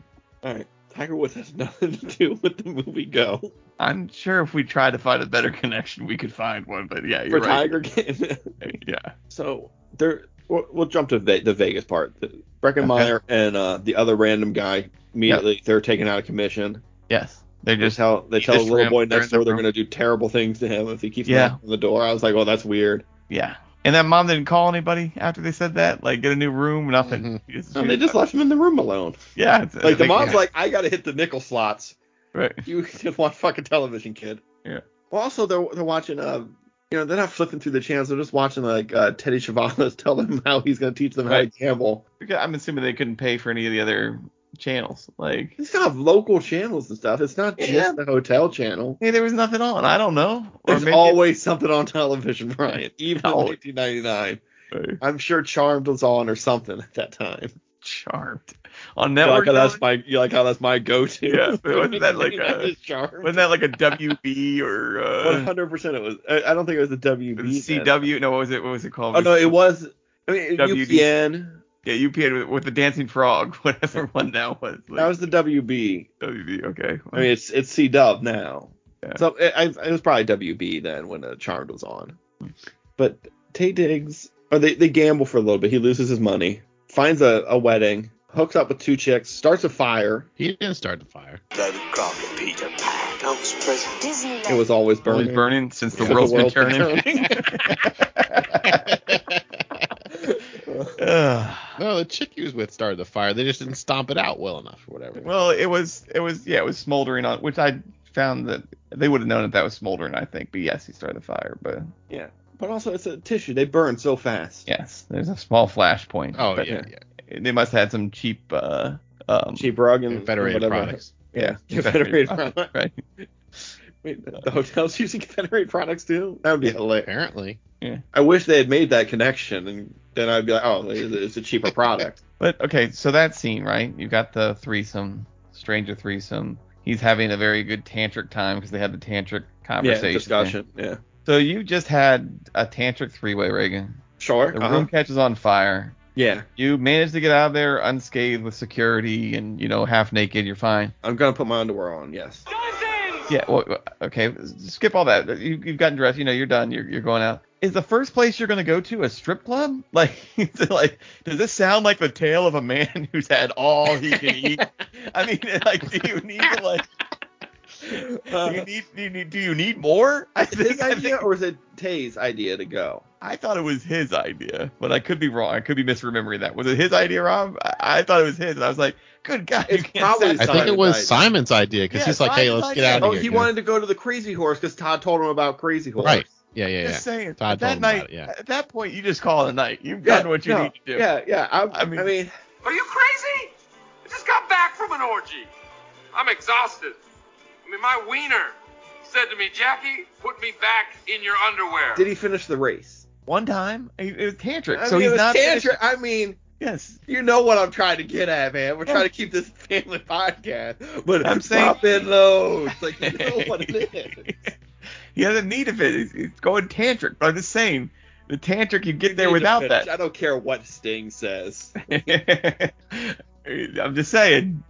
A: All right. Tiger Woods has nothing to do with the movie Go.
B: I'm sure if we tried to find a better connection, we could find one. But yeah,
A: For
B: you're right.
A: Tiger King.
B: Yeah.
A: so there. We'll, we'll jump to Ve- the Vegas part. The- Breckenmeyer and uh, the other random guy immediately they're taken out of commission.
B: Yes. They're
A: They
B: just
A: tell they
B: He
A: tell the
B: just
A: little
B: ran-
A: boy
B: they're
A: next
B: in the
A: door they're
B: room.
A: gonna do terrible things to him if he keeps
B: Yeah.
A: knocking on the door. I was like, oh, that's weird.
B: Yeah. And that mom didn't call anybody after they said that, like get a new room, nothing.
C: Mhm.
B: She just-
A: And they just left him in the room alone.
B: yeah. it's-
A: Mm-hmm. Like the
B: they-
A: mom's
B: yeah,
A: like, I gotta hit the nickel slots.
B: right.
A: You just watch fucking television, kid.
B: Yeah.
A: Well, also they're they're watching uh, you know, they're not flipping through the channels. They're just watching like uh, Teddy Savalas tell them how he's gonna teach them how to
B: Right.
A: gamble.
B: Because I'm assuming they couldn't pay for any of the other channels. Like,
A: He's gonna have local channels and stuff. It's not
B: Yeah.
A: just the hotel channel.
B: hey, there was nothing on. I don't know. Or
A: There's
B: maybe
A: always something on television, Brian. Even in
B: Always.
A: 1999,
B: Right.
A: I'm sure Charmed was on or something at that time.
B: charmed on
A: You like
B: network.
A: how that's
B: television?
A: my you like how that's my go-to.
B: Yeah, but wasn't that like a-
A: Is Charmed?
B: Wasn't that like a WB or uh,
A: 100% it was. I, I don't think it was the WB.
B: the
A: then.
B: CW? No, what was it? What was it called?
A: Oh no, it was. I mean,
B: WD.
A: UPN.
B: yeah, UPN with, with the dancing frog, whatever one now was. Like,
A: That was the WB.
B: WB. Okay.
A: I mean, it's it's C Dub now.
B: Yeah.
A: So it, I, it was probably WB then when uh, Charmed was on. But Tay Diggs, or they, they gamble for a little bit. He loses his money, finds a, a wedding, hooks up with two chicks, starts a fire.
C: He didn't start the fire.
A: It was always
B: Always
A: burning.
B: burning since the
A: Since the
B: world's been
A: world's been
B: turning. Ugh.
C: No, the chick he was with started the fire. They just didn't stomp it out well enough or whatever.
B: Well, it was it was yeah, it was smoldering on which I found that they would have known that that was smoldering, I think. But yes, he started the fire. But
A: But also, it's a tissue. They burn so fast.
B: yes, there's a small flash point.
C: oh
B: but
C: yeah, yeah.
B: They must have had some cheap uh um
A: Cheap rug and
C: Confederated
A: whatever.
C: products.
A: Yeah,
B: Confederate
A: Confederate products.
B: Right.
A: Wait, the hotel's using Confederate products too? That would be hilarious.
C: Apparently.
A: I wish they had made that connection, and then I'd be like, oh, it's it's a cheaper product.
B: But okay, so that scene, right? You've got the threesome, stranger threesome. He's having a very good tantric time because they had the tantric
A: yeah,
B: conversation.
A: discussion. Yeah,
B: So you just had a tantric three-way, Reagan.
A: sure.
B: The
A: uh-huh.
B: room catches on fire.
A: Yeah,
B: You manage to get out of there unscathed with security and you know half naked. You're fine.
A: I'm gonna put my underwear on. Yes.
F: Dozens!
B: Yeah. Well, okay. Skip all that. You, you've gotten dressed. You know you're done. You're, you're going out. Is the first place you're going to go to a strip club? Like, like, does this sound like the tale of a man who's had all he can eat? I mean, like, do you need to like? do you need, do you need, do you need more? I
A: His
B: think, I,
A: idea,
B: think,
A: or Uh, is it Tay's idea to go?
B: I thought it was his idea, but I could be wrong. I could be misremembering that. Was it his idea, Rob? I, I thought it was his. And I was like, good God, you
A: It's
B: can't
A: probably
B: say
A: his
C: I
A: Simon's
C: think it was
A: idea.
C: Simon's idea because
B: Yeah,
C: he's like, hey,
B: Simon's
C: let's get
B: idea.
C: out
A: Oh,
B: don't
C: of here.
A: he
C: you know?
A: wanted to go to the Crazy Horse because Todd told him about Crazy Horse.
C: Right. Yeah, yeah, yeah.
B: Just saying.
C: Todd
B: at that
C: told him about
B: night,
C: it, yeah.
B: at that point, you just call it a night. You've
A: Yeah,
B: done what you
A: no,
B: need to do.
A: Yeah, yeah. I,
B: I
A: I
B: mean-
A: mean,
F: Are you crazy? I just got back from an orgy. I'm exhausted. I mean, my wiener said to me, Jackie, put me back in your underwear.
A: did he finish the race?
B: One time, it it was tantric,
A: I
B: so
A: mean, it
B: he's
A: was
B: not.
A: tantri-
B: finished.
A: I mean,
B: Yes.
A: you know what I'm trying to get at, man. We're trying to keep this family podcast, but
B: I'm
A: I'm
B: saying-
A: saying in loads. Like you know what it is.
B: he doesn't need of it. He's, he's going tantric, but I'm just saying, the tantric you get there without that.
A: I don't care what Sting says.
B: I'm just saying.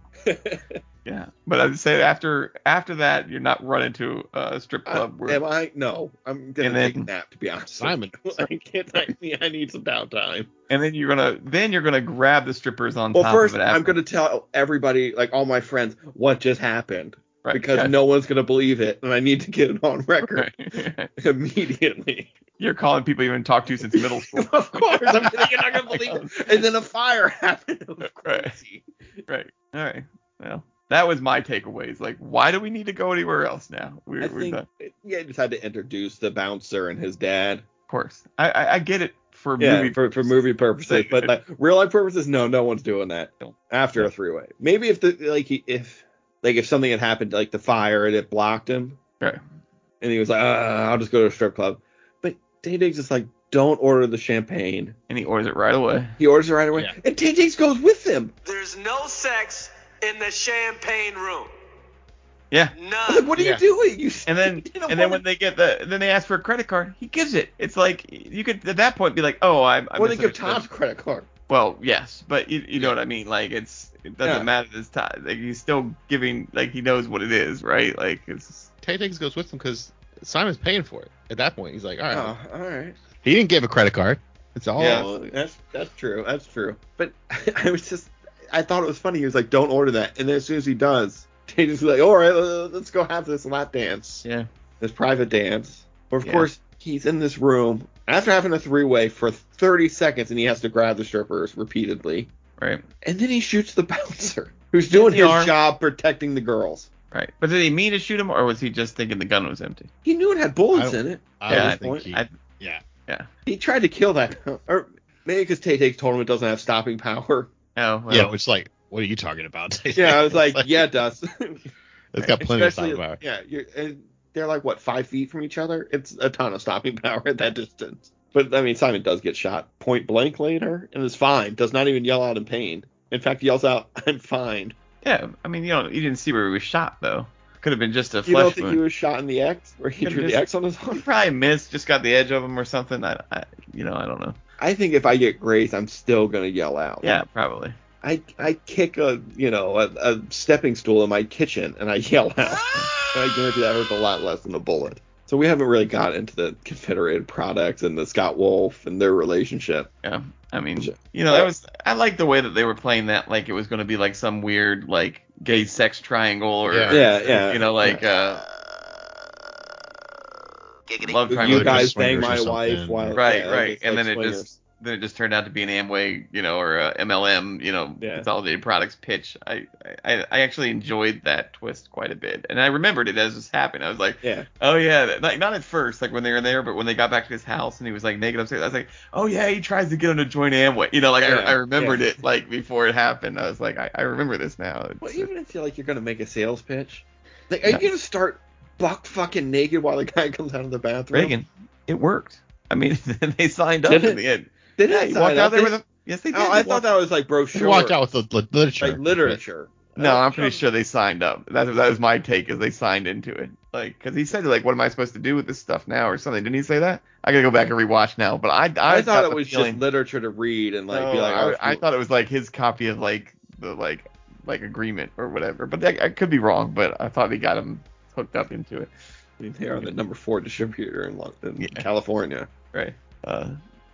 B: Yeah, but I'm just saying after after that, you're not running to a strip
A: I-
B: club. where
A: Uh, am I? No, I'm gonna
B: And then-
A: take a nap. To be honest,
C: Simon.
A: with you. I can't. I, mean, I need some downtime.
B: and then you're gonna then you're gonna grab the strippers on
A: Well,
B: top
A: first,
B: of it. After.
A: I'm gonna tell everybody, like all my friends, what just happened
B: Right,
A: because
B: yeah.
A: no one's gonna believe it, and I need to get it on record
B: Right.
A: immediately.
B: you're calling people you haven't talked to since middle school.
A: of course, I'm gonna, you're not gonna believe it. And then a fire happened. Of
B: Right.
A: course.
B: Right. All right. Well, that was my takeaways. Like, why do we need to go anywhere else now? We're,
A: I
B: we're
A: think
B: done.
A: yeah, I just had to introduce the bouncer and his dad.
B: Of course. I, I I get it for
A: Yeah,
B: movie
A: for, for movie purposes, but like real life purposes, no, no one's doing that
B: No.
A: after a three way. Maybe if the like he- if like if something had happened, like the fire and it blocked him,
B: Right.
A: and he was like, uh, I'll just go to a strip club. But Tay Diggs is like, don't order the champagne.
B: and he orders it right away.
A: He orders it right away,
C: Yeah.
A: and Tay Diggs goes with him.
I: There's no sex in the champagne room.
B: Yeah.
A: I was like,
I: None.
A: what are you
C: Yeah.
A: doing? You
B: And then
A: you
B: and then when they get the then they ask for a credit card, he gives it. It's like you could at that point be like, oh, I'm. I
A: want to give
B: misunderstood.
A: Tom's credit card.
B: Well, yes, but you, you know what I mean. Like it's it doesn't
A: Yeah.
B: matter this time. Like he's still giving. Like he knows what it is, right? Like it's
C: Tay Diggs goes with him because Simon's paying for it. At that point, he's like, all right.
A: Oh, all right.
C: He didn't give a credit card. It's all.
A: Yeah, Oh, well, that's that's true. That's true. But I was just, I thought it was funny. He was like, "Don't order that," and then as soon as he does, they just like, "All right, uh, let's go have this lap dance,
B: yeah.
A: this private dance." But of
B: Yeah.
A: course, he's in this room after having a three-way for 30 seconds, and he has to grab the strippers repeatedly,
B: Right.
A: and then he shoots the bouncer who's doing
B: the
A: his
B: arm.
A: job protecting the girls.
B: Right. But did he mean to shoot him, or was he just thinking the gun was empty?
A: He knew it had bullets
C: I-
A: in it.
C: I
B: Yeah,
C: would
B: I
C: think
A: think-
C: he-
B: I-
C: yeah.
A: He tried to kill that, or maybe because Tay Tay told him it doesn't have stopping power.
B: Oh. Well,
C: yeah, which like, what are you talking about? Tay
A: Yeah, I was
C: Diggs?
A: like, yeah, it does.
C: It's got plenty of
A: Especially-
C: time power.
A: Yeah, you're, and they're like what five feet from each other. It's a ton of stopping power at that distance. But I mean, Simon does get shot point blank later, and is fine. Does not even yell out in pain. In fact, yells out, "I'm fine."
B: Yeah, I mean, you don't, you didn't see where he was shot though. Could have been just a
A: You don't
B: flesh
A: think
B: wound.
A: he was shot in the X, where he
B: Could've
A: drew the
B: just-
A: X on his
B: He
A: arm?
B: probably missed, just got the edge of him or something. I, I you know, I don't know.
A: I think if I get grazed, I'm still gonna yell out.
B: Yeah, probably.
A: I I kick a you know a, a stepping stool in my kitchen and I yell out. I guarantee that hurts a lot less than a bullet. So we haven't really got into the Confederated products and the Scott Wolf and their relationship.
B: Yeah, I mean,
A: Sure.
B: you know, that was. I like the way that they were playing that, like it was going to be like some weird like gay sex triangle or
C: Yeah.
A: Yeah, yeah.
B: you know, like uh,
G: Giggity.
B: love
A: you
B: triangle.
C: Like a
A: guys
C: swingers
A: bang
C: or
A: my
C: something.
A: wife while
B: Right,
A: yeah,
B: right,
A: it's
B: and
A: like
B: then it
A: swingers.
B: just then it just turned out to be an Amway, you know, or a MLM, you know,
A: Yeah.
B: consolidated products pitch. I, I I actually enjoyed that twist quite a bit, and I remembered it as this happened. I was like,
A: Yeah.
B: oh yeah, that- like not at first, like when they were there, but when they got back to his house and he was like naked upstairs, I was like, oh yeah, he tries to get him to join Amway. You know, like
A: Yeah,
B: I, I remembered
A: yeah.
B: it like before it happened. I was like, I, I remember this now. It's- uh,
A: Well, even if you like, you're gonna make a sales pitch. Like, are you gonna start buck fucking naked while the guy comes out of the bathroom?
B: Reagan, it worked. I mean, they signed up
A: Did
B: in
A: it?
B: the end.
A: Did
B: yeah,
A: I
B: he
A: sign
B: walked
A: up?
B: out there
A: They-
B: with a. Yes, they did.
A: Oh,
B: They
A: I
B: walked
A: thought that was like
C: He
A: brochure,
C: walked out with the li- literature.
A: like literature.
B: No, I'm pretty sure they signed up. That, that was my take, is they signed into it. Like, because he said, like, what am I supposed to do with this stuff now, or something? Didn't he say that? I gotta go back and rewatch now. But I, I,
A: I, thought
B: got
A: it
B: the
A: was
B: feeling-
A: just literature to read and like be
B: No,
A: like, oh,
B: I, I thought it was like his copy of like the like like agreement or whatever. But that, I could be wrong. But I thought they got him hooked up into it.
A: they're on the number four distributor in, Lo- in
B: Yeah.
A: California.
B: Right. Uh,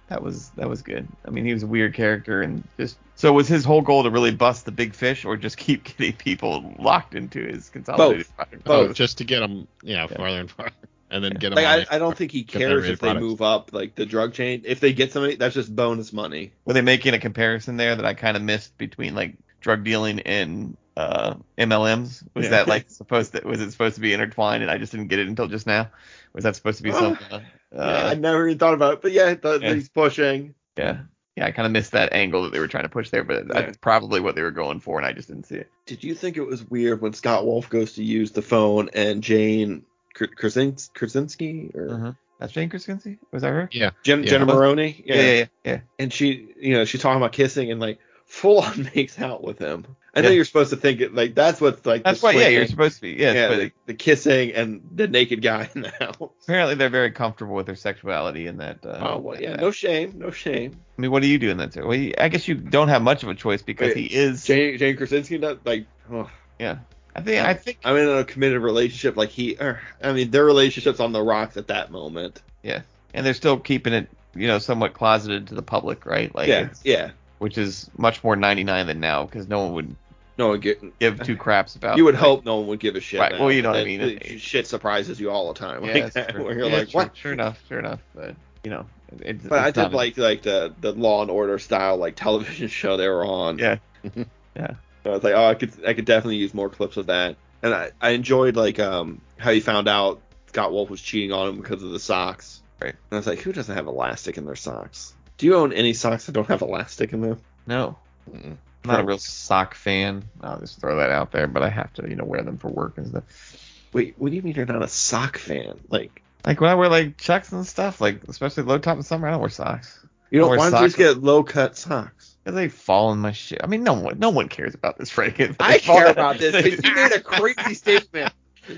B: that was that was good. I mean, he was a weird character and just. So was his whole goal to really bust the big fish, or just keep getting people locked into his consolidated? product?
C: Oh,
A: Both.
C: just to get them, yeah,
B: Yeah.
C: farther and farther, and then get them.
A: Like, I, I don't think he
C: Get that
A: cares
C: rated
A: if they
C: products.
A: move up like the drug chain. If they get somebody, that's just bonus money.
B: were they making a comparison there that I kind of missed between like drug dealing and uh, MLMs? Was
A: Yeah.
B: that like supposed to was it supposed to be intertwined and I just didn't get it until just now? Was that supposed to be
A: Oh.
B: something? Uh,
A: yeah, I
B: yeah,
A: never even thought about it, but yeah, the,
B: Yeah.
A: he's pushing.
B: yeah, I kind of missed that angle that they were trying to push there, but
A: Yeah.
B: that's probably what they were going for, and I just didn't see it.
A: Did you think it was weird when Scott Wolf goes to use the phone and Jane Kr- Krasin- Krasinski or
B: That's Jane Krasinski. Was that her?
A: Jen,
C: Yeah.
A: Jenna Maroney?
B: Yeah, yeah, yeah. yeah.
A: and she you know she's talking about kissing and like full on makes out with him i know
B: Yeah.
A: you're supposed to think it like that's what's like
B: That's
A: the
B: why. Yeah, you're
A: swinging-
B: supposed to be. Yes,
A: yeah
B: but
A: the, the kissing and the naked guy in the house
B: apparently they're very comfortable with their sexuality and that. Uh,
A: oh well yeah
B: that-
A: no shame no shame
B: I mean, what do you do in that? Well, you- I guess you don't have much of a choice because
A: Wait,
B: he is.
A: jane jane krasinski not like oh,
B: yeah. I think. I think.
A: i'm in a committed relationship like he er, i mean their relationship's on the rocks at that moment
B: Yeah, and they're still keeping it, you know, somewhat closeted to the public, right? Like,
A: yeah
B: it's-
A: yeah
B: which is much more 99 than now because no one would
A: no one get,
B: give two craps about.
A: you would
B: like,
A: hope no one would give a shit
B: Right,
A: now,
B: well, you know
A: but
B: what I
A: then
B: mean.
A: the shit surprises you all the time
B: Yeah,
A: like
B: it's
A: that,
B: true.
A: where you're
B: Yeah,
A: like
B: sure,
A: what
B: Sure enough, sure enough, but you know, it,
A: But I
B: it's
A: did
B: not-
A: like like the the Law and Order style like television show they were on.
B: Yeah. Yeah.
A: yeah. So I was like, oh, I could I could definitely use more clips of that. And I, I enjoyed like um how he found out Scott Wolf was cheating on him because of the socks.
B: Right.
A: And I was like, who doesn't have elastic in their socks? Do you own any socks that don't have elastic in them?
B: no.
C: Mm-mm.
B: I'm not a real sock fan. I'll just throw that out there, but I have to, you know, wear them for work and stuff.
A: Wait, what do you mean you're not a sock fan? Like
B: Like when I wear like chucks and stuff, like especially low top in summer, I don't wear socks.
A: you
B: I
A: don't
B: wear
A: why don't you just
B: socks.
A: get low cut socks?
B: 'Cause they fall in my shit. I mean, no one, no one cares about this, right? They
A: I
B: fall
A: care
B: down-
A: about this because you made a crazy statement.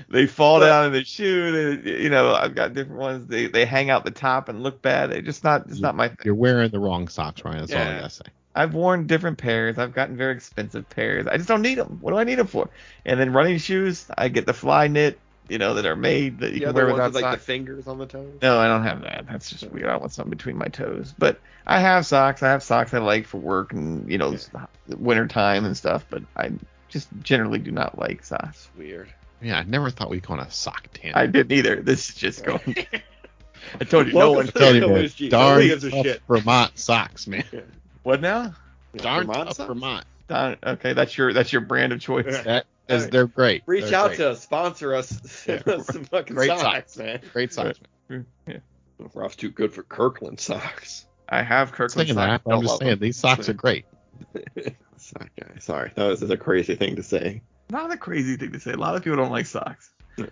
B: They fall
A: But-
B: down in the shoe. They, you know, I've got different ones. They they hang out the top and look bad. They just not it's not my thing.
C: You're wearing the wrong socks, Ryan. That's all I
B: Yeah.
C: gotta say.
B: I've worn different pairs. I've gotten very expensive pairs. I just don't need them. What do I need them for? And then running shoes, I get the fly knit, you know, that are made that you
A: the
B: can wear
A: other ones
B: without
A: with like the
B: socks.
A: fingers on the toes.
B: No, I don't have that. That's just weird. I want something between my toes. But I have socks. I have socks I like for work and you know, winter time and stuff. But I just generally do not like socks.
A: Weird.
C: Yeah, I never thought we'd go on a sock
B: I
C: tangent.
B: didn't either. This is just going. I told you no
A: Welcome
B: one.
A: to
C: I tell you,
A: No
C: man,
A: OSG.
C: darn
A: Nobody gives a
C: tough
A: shit.
C: Vermont socks, man.
B: What now?
C: Darn
A: Vermont
C: tough
A: socks?
C: Vermont.
B: Don- okay, that's your that's your brand of choice.
A: Yeah.
C: That is,
A: Alright.
C: they're great.
A: Reach
C: They're
A: out
C: great.
A: to us, sponsor us, send
C: Yeah.
A: us some fucking
C: Great
A: socks,
C: socks.
A: man.
C: Great socks. Man.
A: Ralph's too good for Kirkland socks.
B: I have
C: I'm
B: Kirkland
C: thinking
B: socks.
C: that.
B: Don't
C: I'm just
B: love
C: saying
B: them.
C: these socks are great.
A: Sock guy. Sorry, that was just a crazy thing to say.
B: Not a crazy thing to say. A lot of people don't like socks.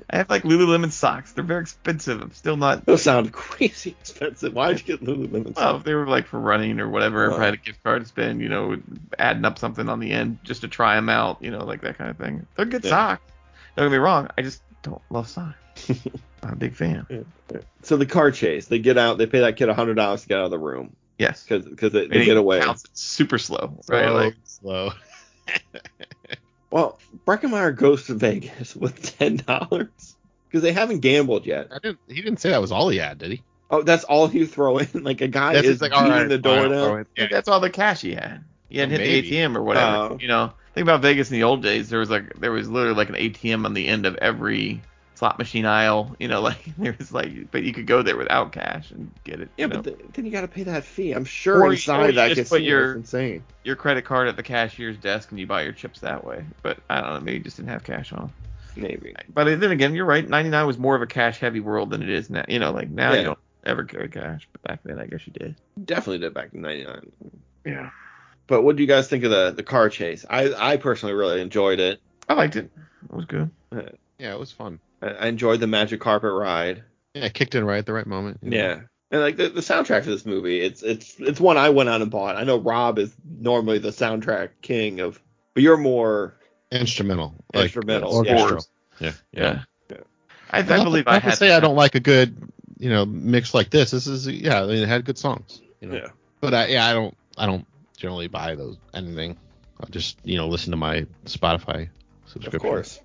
B: I have like Lululemon socks. They're very expensive. I'm still not.
A: Those sound crazy expensive. Why'd you get Lululemon
B: Well,
A: socks?
B: if they were like for running or whatever, if
A: Right.
B: I had a gift card spend, you know, adding up something on the end just to try them out, you know, like that kind of thing. They're good
A: Yeah.
B: socks. Don't get me wrong. I just don't love socks. I'm a big fan.
A: So the car chase, they get out, they pay that kid hundred dollars to get out of the room
B: Yes.
A: because they,
B: And
A: they
B: he
A: get away.
B: counts it super slow, right? Like
C: slow.
A: Well, Breckenmeyer goes to Vegas with ten dollars because they haven't gambled yet.
C: I didn't. He didn't say that was all he had, did he?
A: Oh, that's all you throw in. Like a guy
C: That's
A: is
C: just like,
A: beating
C: alright,
A: the door
C: fine, I'll
A: down.
C: throw it.
B: I think that's all the cash he had. He had
C: Well,
B: hit
C: maybe.
B: the ATM or whatever.
A: Oh.
B: You know, think about Vegas in the old days. There was like there was literally like an ATM on the end of every slot machine aisle. You know, like there was like, but you could go there without cash and get it.
A: Yeah,
B: you know.
A: but th- then you got to pay that fee. I'm sure
B: Or you- or
A: inside
B: you
A: that
B: just
A: casino
B: put
A: is
B: your-
A: insane.
B: your credit card at the cashier's desk and you buy your chips that way. But I don't know, maybe you just didn't have cash on.
A: Maybe.
B: But then again, you're right. 99 was more of a cash heavy world than it is now. You know, like now
A: Yeah.
B: you don't ever carry cash, but back then I guess you did.
A: Definitely did back in '99.
B: Yeah.
A: But what do you guys think of the the car chase? I I personally really enjoyed it.
B: I liked it. It was good.
C: Yeah, it was fun.
A: I, I enjoyed the magic carpet ride.
C: Yeah, it kicked in right at the right moment. you know.
A: Yeah. And like the, the soundtrack for this movie, it's it's it's one I went out and bought. I know Rob is normally the soundtrack king of, but you're more
C: Instrumental.
A: Instrumental,
C: Like,
A: yeah.
C: orchestral.
B: Yeah.
A: Yeah.
B: I, I
C: Not to-
B: believe
C: not
B: I
C: to
B: had
C: say I don't like a good, you know, mix like this. This is yeah, I mean, it had good songs. You know?
A: Yeah.
C: But I yeah, I don't I don't generally buy those anything. I just you know listen to my Spotify subscription.
A: of course.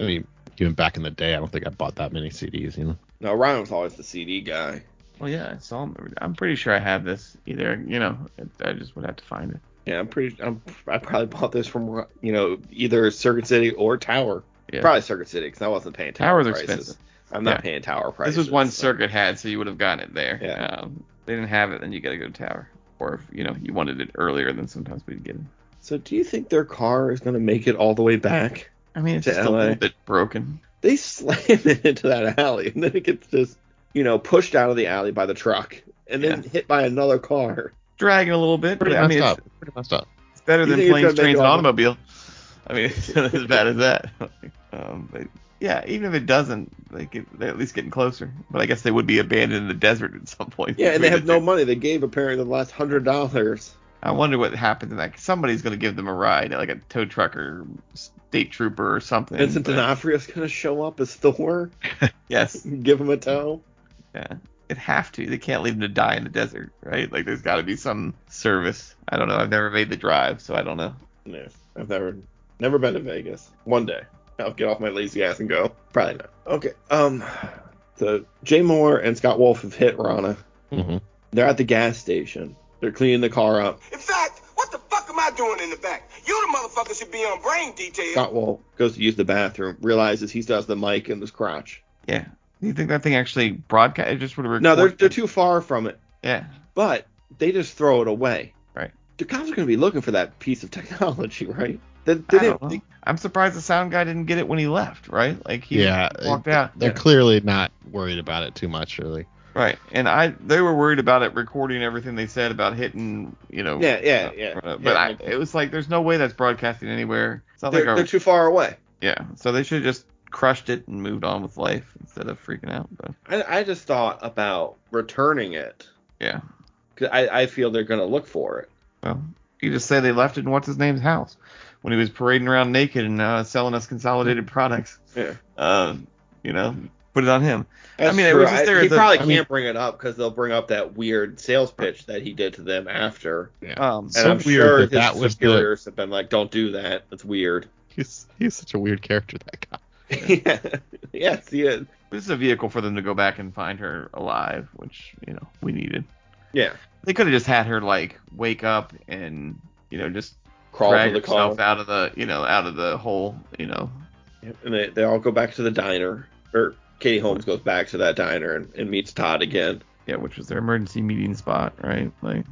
C: I mean, even back in the day, I don't think I bought that many CDs. You know.
A: No, Ryan was always the CD guy.
B: Well, yeah, I saw him. I'm pretty sure I have this either. You know, I just would have to find it.
A: Yeah, I'm pretty. I'm, I probably bought this from you know either Circuit City or Tower.
B: Yeah.
A: Probably Circuit City because I wasn't paying Tower
B: Towers are
A: prices.
B: expensive.
A: I'm not
B: Yeah.
A: paying Tower prices.
B: this was one
A: so-
B: circuit had, so you would have gotten it there.
A: Yeah.
B: Um, they didn't have it, then you got to go to Tower. Or if you know you wanted it earlier, then sometimes we'd get it.
A: So do you think their car is going to make it all the way back?
B: I mean, it's
A: To
B: just a
A: LA.
B: little bit broken.
A: They slam it into that alley, and then it gets just you know pushed out of the alley by the truck, and then hit by another car.
B: Dragging a little bit, but
C: Pretty
B: I
C: messed
B: mean, it's,
C: up. Pretty messed up.
B: it's better
A: You
B: than
A: think it's
B: planes,
A: gonna make
B: trains,
A: it
B: and
A: all-
B: automobile. I mean, it's not as bad as that. um, but yeah, even if it doesn't, like it, they're at least getting closer. But I guess they would be abandoned in the desert at some point.
A: Yeah, and they
B: between
A: have
B: the
A: no
B: two.
A: money. They gave apparently the last hundred dollars.
B: I wonder what happened to that. Somebody's gonna give them a ride, like a tow truck or state trooper or something.
A: Vincent
B: but-
A: D'Onofrio's going to show up as Thor,
B: Yes.
A: give him a tow.
B: Yeah. It have to. They can't leave them to die in the desert, right? Like there's got to be some service. I don't know. I've never made the drive, so I don't know.
A: No, I've never never been to Vegas. One day. I'll get off my lazy ass and go. Probably not. Okay. Um so Jay Moore and Scott Wolf have hit Rana.
C: Mm-hmm.
A: They're at the gas station. They're cleaning the car up.
I: In fact, what the fuck am I doing in the back? You the motherfucker should be on brain detail.
A: Scott Wolf goes to use the bathroom, realizes he still has the mic in his crotch.
B: Yeah. Do you think that thing actually broadcast? It just would have
A: No, they're they're too far from it,
B: Yeah.
A: but they just throw it away.
B: Right.
A: The cops are gonna be looking for that piece of technology, right? They, they
B: I
A: didn't
B: don't know. I'm surprised the sound guy didn't get it when he left, right? Like he
C: Yeah,
B: walked
C: it-
B: out.
C: They're clearly not worried about it too much, really.
B: Right. And I they were worried about it recording everything they said about hitting, you know.
A: Yeah, yeah,
B: uh,
A: yeah.
B: But
A: Yeah,
B: I,
A: like-
B: it was like there's no way that's broadcasting anywhere. It's not
A: they're,
B: like
A: they're
B: our,
A: too far away.
B: yeah. So they should have just crushed it and moved on with life instead of freaking out. But
A: I, I just thought about returning it.
B: yeah.
A: 'Cause I, I feel they're gonna look for it.
B: Well, you just say they left it in what's his name's house when he was parading around naked and uh, selling us consolidated products.
A: Yeah.
B: Uh, you know, put it on him.
A: That's
B: I mean, it
A: true.
B: was just there
A: he
B: as a-
A: probably
B: I
A: can't
B: mean-
A: bring it up because they'll bring up that weird sales pitch that he did to them after.
B: Um,
A: And
C: So
A: I'm
C: weird
A: sure his
C: that that was the-
A: superiors have been like, "Don't do that. That's weird."
C: He's he's such a weird character, that guy.
A: Yeah. yes, he is.
B: this is a vehicle for them to go back and find her alive, which you know we needed.
A: Yeah,
B: They could have just had her like wake up and you know just
A: crawl
B: drag
A: to the car,
B: herself out of the you know out of the hole. You know,
A: Yep, and they, they all go back to the diner. Or Katie Holmes goes back to that diner and, and meets Todd again.
B: yeah, which was their emergency meeting spot, right? Like,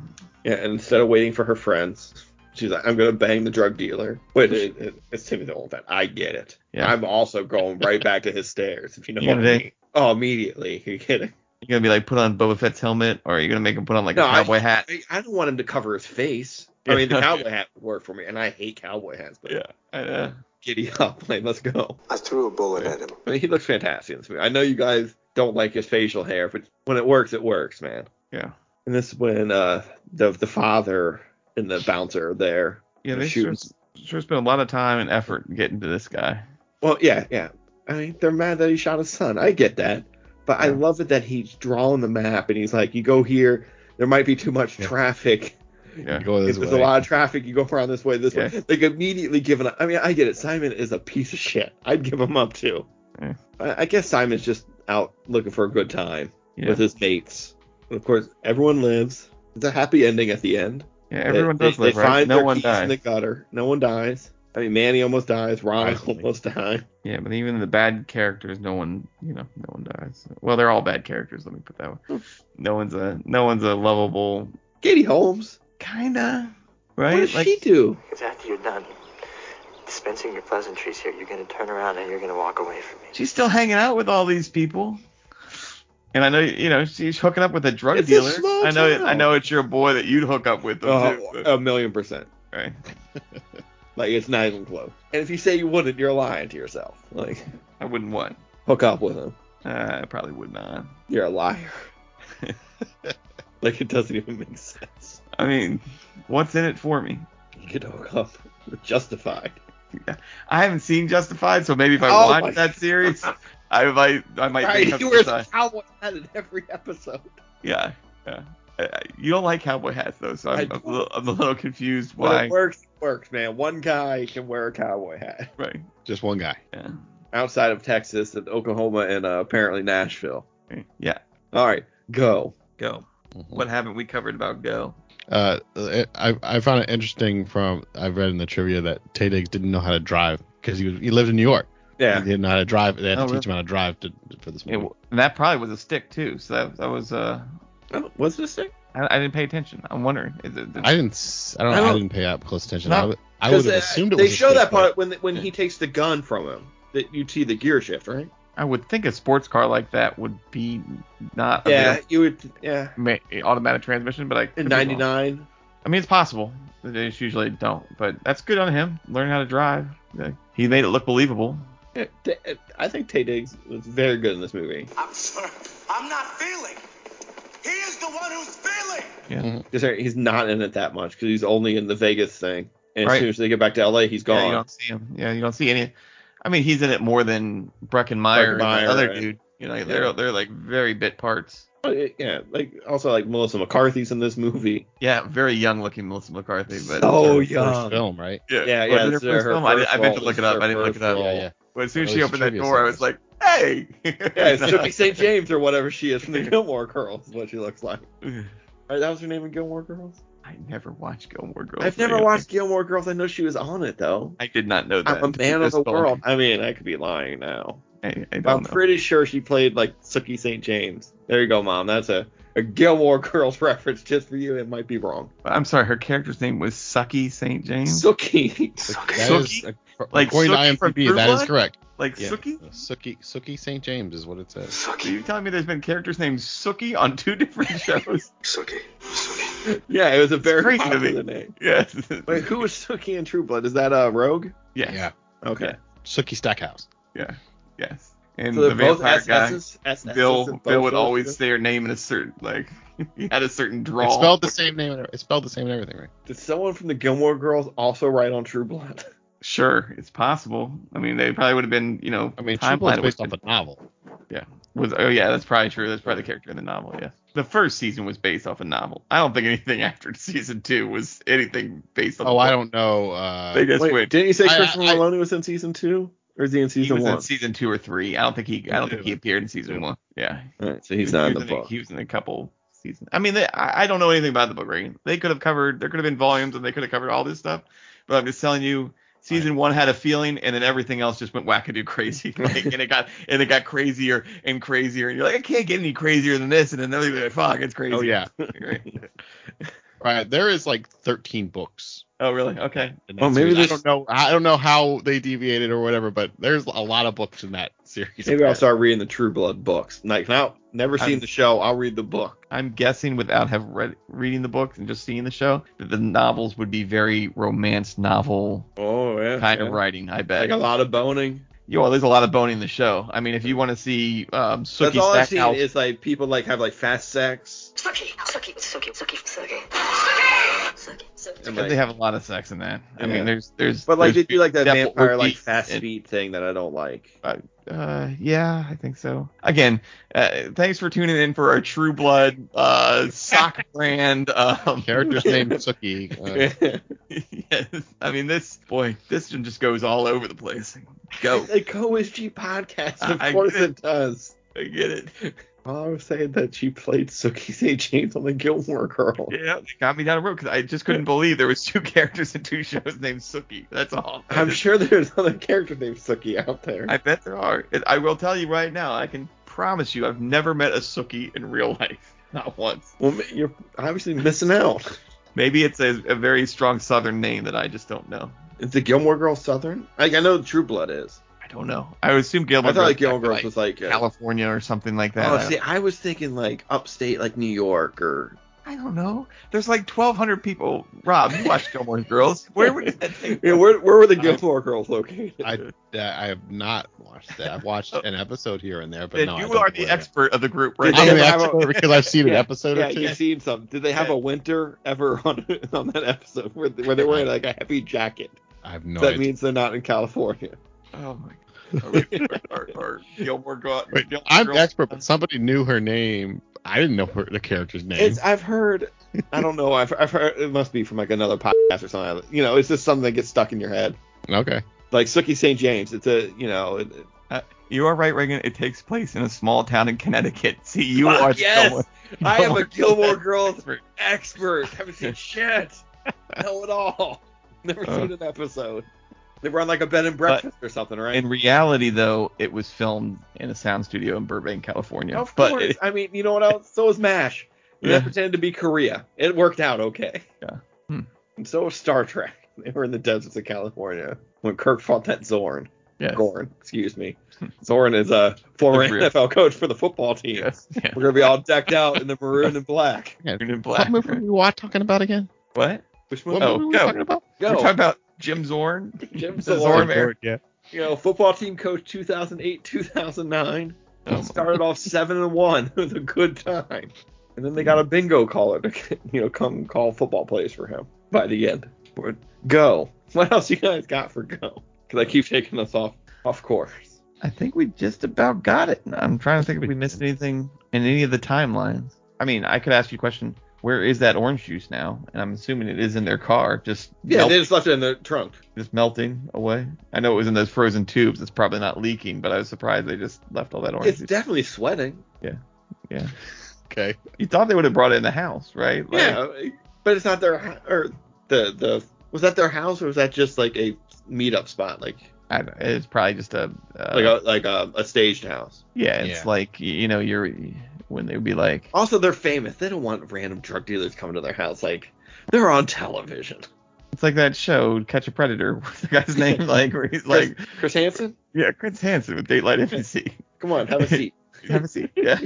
A: Yeah, and instead of waiting for her friends, she's like, "I'm gonna bang the drug dealer." Wait, it, it, it's Timothy Olyphant. I get it.
B: Yeah.
A: I'm also going right back to his stairs. If you know
B: You
A: what
B: gonna
A: I
B: do-
A: mean. Oh, immediately. You kidding?
B: you gonna be like put on Boba Fett's helmet, or are you gonna make him put on like
A: No,
B: a
A: I-
B: cowboy hat?
A: I, I don't want him to cover his face. I
B: Yeah.
A: mean, the cowboy hat would work for me, and I hate cowboy hats. But
B: Uh,
A: giddy up, like let's go.
I: I threw a bullet at him.
A: I mean, he looks fantastic in this movie. I know you guys don't like his facial hair, but when it works, it works, man.
B: yeah.
A: And this is when uh, the the father and the bouncer are there.
B: Yeah,
A: The
B: they sure,
A: shootings.
B: sure spent a lot of time and effort getting to this guy.
A: Well, yeah, yeah. I mean, they're mad that he shot his son. I get that, but I
B: Yeah.
A: love it that he's drawing the map and he's like, "You go here, there might be too much
C: Yeah.
A: traffic.
B: Yeah.
C: Go
A: If
C: this
A: there's
C: way.
A: a lot of traffic, you go around this way, this
B: Yeah.
A: way." Like immediately giving up. I mean, I get it. Simon is a piece of shit. I'd give him up too.
B: Yeah.
A: I, I guess Simon's just out looking for a good time
B: Yeah.
A: with his mates. And of course, everyone lives. It's a happy ending at the end.
B: yeah everyone does
A: they,
B: live,
A: they
B: right?
A: Find
B: No
A: their
B: one
A: keys in
B: dies.
A: the gutter. No one dies. I mean, Manny almost dies. Ron
C: Surprisingly.
A: almost dies.
B: Yeah, but even the bad characters, no one, you know, no one dies. Well, they're all bad characters. Let me put it that
A: Hmm.
B: way. No one's a, no one's a lovable,
A: Katie Holmes.
B: kinda,
A: What
B: right?
A: does she do?
E: Because after you're done dispensing your pleasantries here, you're going to turn around and you're going to walk away from me.
B: she's still hanging out with all these people. And I know, you know, she's hooking up with a drug
A: It's a
B: dealer.
A: small
B: I know,
A: town.
B: I know, it's your boy that you'd hook up with. Though,
A: Oh,
B: too, but-
A: a million percent.
B: right.
A: Like it's not even close. And if you say you wouldn't, you're lying to yourself. Like
B: I wouldn't want.
A: hook up with him.
B: Uh, I probably would not.
A: You're a liar. like it doesn't even make sense.
B: I mean, what's in it for me?
A: You could hook up with Justified.
B: I haven't seen Justified, so maybe if I
A: Oh my-
B: watch that series, I might, I might.
A: Right,
B: think
A: he
B: something
A: wears
B: aside.
A: a cowboy hat in every episode.
B: Yeah, yeah. I, I, you don't like cowboy hats though, so
A: I
B: I'm, I'm,
A: don't.
B: a little, I'm a little confused
A: When
B: why.
A: it works, it works, man. One guy can wear a cowboy hat
B: Right.
C: Just one guy.
B: Yeah.
A: outside of Texas and Oklahoma and uh, apparently Nashville.
B: Right. Yeah.
A: All right, go.
B: Go.
C: Mm-hmm.
B: What haven't we covered about Go?
C: Uh, I, I found it interesting from I read in the trivia that Tay Diggs didn't know how to drive because he was, he lived in New York.
A: Yeah.
C: He didn't know how to drive. They had to
B: Oh,
C: teach him how to drive to, for this
B: It,
C: movie.
B: w- and that probably was a stick too. So that, that was uh,
A: Oh, what's this thing?
B: I, I didn't pay attention. I'm wondering. Is it,
C: I didn't. s- I don't.
A: I
C: I,
A: don't-
C: didn't pay up close attention.
A: Not-
C: I would, I would have
A: 'Cause, uh,
C: assumed it
A: they
C: was. a
A: show
C: stick,
A: that
C: but-
A: part when when he takes the gun from him. That you see the gear shift, right?
B: I would think a sports car like that would be not
A: Yeah, you would. Yeah,
B: a ma- automatic transmission, but I could
A: in
B: be wrong.
A: '99.
B: I mean, it's possible. They just usually don't, but that's good on him. Learn how to drive. Yeah. He made it look believable.
A: Eh, I think Tay Diggs was very good in this movie.
I: I'm sorry. I'm not feeling. He is the one who's feeling.
A: Because Mm-hmm. he's not in it that much because he's only in the Vegas thing. And
B: Right.
A: as soon as they get back to LA, he's
B: Yeah, you
A: gone.
B: don't see him. Yeah, you don't see any. I mean, he's in it more than Breckenmeyer, and
A: Breckenmeyer,
B: the other
A: right.
B: dude. You know,
A: Yeah.
B: they're they're like very bit parts.
A: But it- Oh, yeah, like also like Melissa McCarthy's in this movie.
B: Yeah, very young looking Melissa McCarthy, but
A: So
C: Her
A: young.
C: First film, right?
A: Yeah,
B: Was
A: yeah.
B: it her
A: it's, uh,
B: first
A: her
B: film? I, did,
A: first
B: I meant to
A: role.
B: look it
A: It's
B: up.
A: her
B: I didn't look it
A: first
B: up.
C: Yeah,
A: role.
C: yeah.
B: But as soon as
C: Oh,
B: she
C: it's
B: opened that
C: trivia
B: door, I was like,
C: segment.
B: hey.
A: Yeah, it's Sophie St. James or whatever she is from the Gilmore Girls, is what she looks like. Right, that was her name in Gilmore Girls.
B: I never watched Gilmore Girls.
A: I've never
B: I-
A: watched Gilmore Girls. I know she was on it though.
B: I did not know that.
A: I'm a man of the
B: Just told me.
A: world. I mean, I could be lying now.
B: I, I
A: But I'm
B: don't know.
A: pretty sure she played like Sookie St. James. There you go, mom. That's a, a Gilmore Girls reference just for you. It might be wrong.
B: I'm sorry. Her character's name was Sucky St. James.
A: Sookie.
C: That
B: Sookie?
C: is, ac-
B: Like
C: according to
B: Sookie from
C: IMDb,
B: True
C: that is
B: Blood?
C: correct.
B: like
C: Yeah. Uh,
B: Sookie?
C: Sookie, Sookie St. James is what it says.
B: So you're telling me there's been characters named Sookie on two different shows?
H: Suki.
A: Yeah, it was a very
B: crazy to
A: popular
B: me.
A: name.
B: yes.
A: Wait, who was Sookie in True Blood? Is that uh, Rogue?
B: Yes.
C: Yeah,
A: Okay.
C: Sookie Stackhouse.
B: Yes. And
A: So
B: the
A: they're both
B: vampire guy,
A: SS's? SS's
B: Bill,
A: in both
B: Bill would
A: those
B: always
A: shows?
B: say her name in a certain like he had a certain drawl.
C: It's spelled the same name. and- It's spelled the same and everything, right?
A: Did someone from the Gilmore Girls also write on True Blood?
B: Sure, it's possible. I mean, they probably would have been, you know,
C: I mean, True
B: Time
C: Blood's
B: Planet was,
C: based off a novel.
B: was oh yeah, that's probably true. That's probably the character in the novel. Yes, the first season was based off a novel. I don't think anything after season two was anything based on.
C: Oh,
B: the
C: I
B: book.
C: don't know. Uh,
B: They just
A: Wait,
B: went.
A: didn't you say
C: I- I-
A: Christopher
C: I-
A: Maloney was in season two, or is he in
B: He
A: season
B: was
A: one?
B: in season two or three. I don't think he. I don't think he appeared in season one. Yeah,
A: All right, so he's not in
B: he
A: the
B: was a-
A: book.
B: He was in a couple seasons. I mean, they, I, I don't know anything about the book, right? They could have covered, there could have been volumes and they could have covered all this stuff. But I'm just telling you, season one had a feeling and then everything else just went wackadoo crazy. Like, and it got and it got crazier and crazier. And you're like, I can't get any crazier than this. And then they're like, fuck, it's crazy.
C: Oh yeah,
B: Right?
C: right. There is like 13 books.
B: Oh, really? Okay.
C: in
A: Oh,
C: that
A: maybe
C: series. I
A: this-
C: don't know. I don't know how they deviated or whatever, but there's a lot of books in that series.
A: Maybe I'll start reading the True Blood books. Like now, never
B: I'm-
A: seen the show. I'll read the book.
B: I'm guessing without have read reading the books and just seeing the show that the novels would be very romance novel
A: Oh yeah,
B: kind
A: yeah.
B: of writing. I bet
A: Like a lot of boning.
B: Yo, well, there's a lot of bone in the show. I mean, if you want to see um, Sookie
A: That's all I've seen
B: Stackhouse,
A: is like people like have like fast sex.
J: Suki, Suki, Suki, Suki, Suki. Suki, Suki.
A: And,
B: they have a lot of sex in that. I
A: Yeah.
B: mean, there's there's.
A: But like they
B: there's
A: do like that
B: people that
A: vampire
B: will
A: like
B: eat
A: fast
B: and-
A: speed thing that I don't like.
B: Uh, yeah, I think so. Again, uh, thanks for tuning in for our True Blood uh, sock brand. Um,
C: Characters named Sookie. Uh,
B: yes. I mean, this boy, this one just goes all over the place. Go,
A: The Go Is G podcast. Of
B: I- I
A: course
B: get-
A: it does.
B: I get it.
A: I was saying that she played Sookie St. James on the Gilmore Girl.
B: Yeah, they got me down the road because I just couldn't believe there was two characters in two shows named Sookie. That's all.
A: I'm sure there's another character named Sookie out there.
B: I bet there are. And I will tell you right now, I can promise you, I've never met a Sookie in real life, not once.
A: Well, ma- you're obviously missing out.
B: Maybe it's a, a very strong Southern name that I just don't know.
A: Is the Gilmore Girl Southern? Like I know True Blood is.
B: I don't know. I would assume Gilmore.
A: I thought like
B: Girls-
A: Gilmore Girls was like. uh
B: California or something like that.
A: oh,
B: I don't-
A: see, I was thinking like upstate, like New York or.
B: I don't know. There's like 1,200 people. Rob, you watch Gilmore Girls. Where were that thing?
A: Yeah, where where were the Gilmore Girls located?
C: I, that- I have not watched that. I've watched an episode here and there, but
B: Then
C: no, I
B: you
C: don't
B: are the
C: believe it.
B: expert of the group
A: Did
B: right
A: they
C: I'm
A: have
C: an
A: a-
C: expert because I've seen an episode
A: yeah,
C: or two.
A: you've seen some. Did they have a winter ever on on that episode where, where they were in like a heavy jacket?
C: I have no
A: that
C: idea.
A: means they're not in California.
B: Oh my god. Or, or, or Gilmore, Go-
C: Wait,
B: Gilmore
C: I'm
B: Girls.
C: expert, but somebody knew her name. I didn't know her, the character's name.
A: It's I've heard. I don't know. I've, I've heard it must be from like another podcast or something. You know, it's just something that gets stuck in your head.
C: okay.
A: Like Sookie St. James. It's a you know. It,
B: You are right, Reagan. It takes place in a small town in Connecticut. See, you
A: Fuck
B: are
A: yes!
B: Gilmore.
A: I am a Gilmore
B: Girls
A: Girls
B: expert.
A: expert. Haven't seen shit. Know it all. Never
B: Uh.
A: seen an episode. They were on like a bed and breakfast or something, right?
B: In reality, though, it was filmed in a sound studio in Burbank, California.
A: Of
B: but
A: course.
B: it-
A: I mean, you know what else? So was MASH. They
B: Yeah.
A: pretended to be Korea. It worked out okay.
B: Yeah. Hmm.
A: And so was Star Trek. They were in the deserts of California when Kirk fought that Zorn.
B: yes,
A: Gorn, excuse me. Zorn is a former
B: The real-
A: NFL coach for the football team.
B: yes, yes.
A: We're gonna be all decked out in the maroon and black.
B: Green and
C: What
B: black.
C: movie were we wa- talking about again?
B: What?
A: Which
C: What
A: one?
B: Oh,
C: movie were we
B: go.
C: talking about?
B: We're
A: go.
B: talking about Jim Zorn.
A: Jim
B: Zorn.
A: Zorn.
B: Bear.
C: yeah.
A: You know, football team coach 2008, 2009.
B: Oh,
A: started off seven and one. It was a good time. And then they got a bingo caller to you know come call football plays for him by the end. But go. What else you guys got for go? Because I keep taking us off off course.
B: I think we just about got it. I'm trying to think if we missed anything in any of the timelines. I mean, I could ask you a question. Where is that orange juice now? And I'm assuming it is in their car, just
A: Yeah,
B: melt-
A: they just left it in the trunk.
B: just melting away. I know it was in those frozen tubes. It's probably not leaking, but I was surprised they just left all that orange
A: It's
B: juice.
A: definitely sweating.
C: Okay.
B: you thought they would have brought it in the house, right? Like,
A: yeah, but it's not their hou- or the the was that their house or was that just like a meetup spot like
B: I don't- it's probably just a, uh,
A: like a like a, a staged house.
B: yeah. It's
C: Yeah.
B: like y- you know, you're when they would be like, "Oh,
A: Also, they're famous. They don't want random drug dealers coming to their house. Like they're on television.
B: it's like that show Catch a Predator. What's the guy's name? Like where he's like,
A: Chris Hansen.
B: yeah, Chris Hansen with Dateline NBC.
A: Come on, have a seat.
B: Have a seat. Yeah.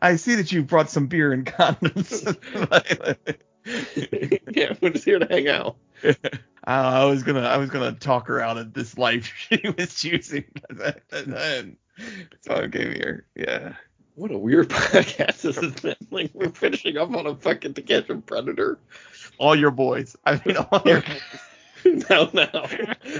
B: I see that you brought some beer and condoms.
A: yeah, we're just here to hang out.
B: I was gonna, I was gonna talk her out of this life she was choosing, and then so I came here. Yeah.
A: What a weird podcast this has been. Like we're finishing up on a fucking To Catch a Predator.
B: All your boys. I mean, all your
A: no, no.
B: like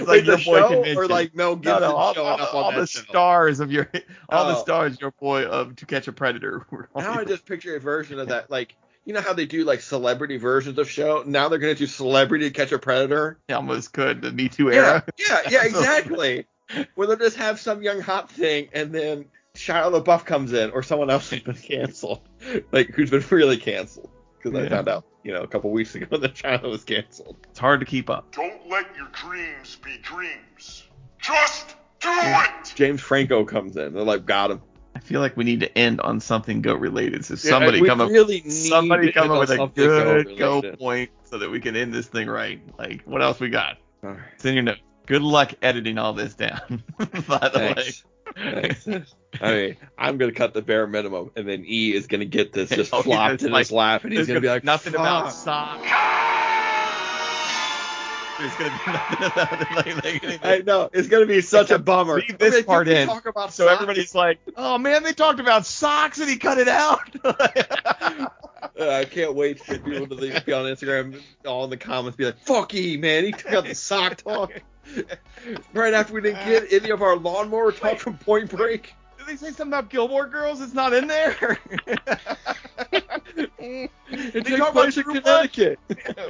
A: Wait,
B: your
A: the
B: boy
A: show
B: convention.
A: or like Mel
B: No,
A: Gibson
B: no, all,
A: showing
B: all-
A: up
B: all
A: on
B: the
A: that show.
B: stars of your, all the
A: Oh.
B: stars your boy of To Catch a Predator. Were all
A: Now I
B: your-
A: just picture a version of that, like you know how they do like celebrity versions of show. Now they're gonna do Celebrity to Catch a Predator.
B: I almost could the Me Too era.
A: Yeah, yeah, exactly. Where they'll just have some young hot thing, and then Shia LaBeouf comes in, or someone else who's been canceled, like who's been really canceled. Because I
B: Yeah.
A: found out, you know, a couple weeks ago that Shia was canceled.
B: It's hard to keep up.
H: Don't let your dreams be dreams. Just do it!
A: James Franco comes in. They're like, got him.
B: I feel like we need to end on something goat related. So somebody
A: we
B: come up,
A: really need
B: somebody
A: to
B: come
A: end
B: up
A: on
B: with a
A: something
B: good go
A: goat-related.
B: point so that we can end this thing right. Like what else we got?
A: All right.
B: It's in your notes. Good luck editing all this down. by the
A: Thanks.
B: way.
A: Thanks. I mean, I'm gonna cut the bare minimum, and then E is gonna get this just
B: Oh, yeah,
A: flopped
B: it's
A: in
B: like-
A: his lap, and he's
B: There's
A: gonna, be like,
B: nothing about
A: "Fuck."
B: socks. There's gonna be nothing about like, like, anything.
A: I know it's gonna be such a bummer.
B: Leave this
A: Like, can
B: part
A: we
B: in.
A: Talk about
B: So
A: socks?
B: everybody's like, "Oh man, they talked about socks and he cut it out."
A: Uh, I can't wait for people to like, be on Instagram, all in the comments, be like, "Fuck E, man, he took out the sock talk." right after we didn't get any of our lawnmower talk from Point Break.
B: Did they say something about Gilmore Girls? It's not in there.
A: It
B: They
A: took
B: talk
A: place in
B: about True
A: Connecticut.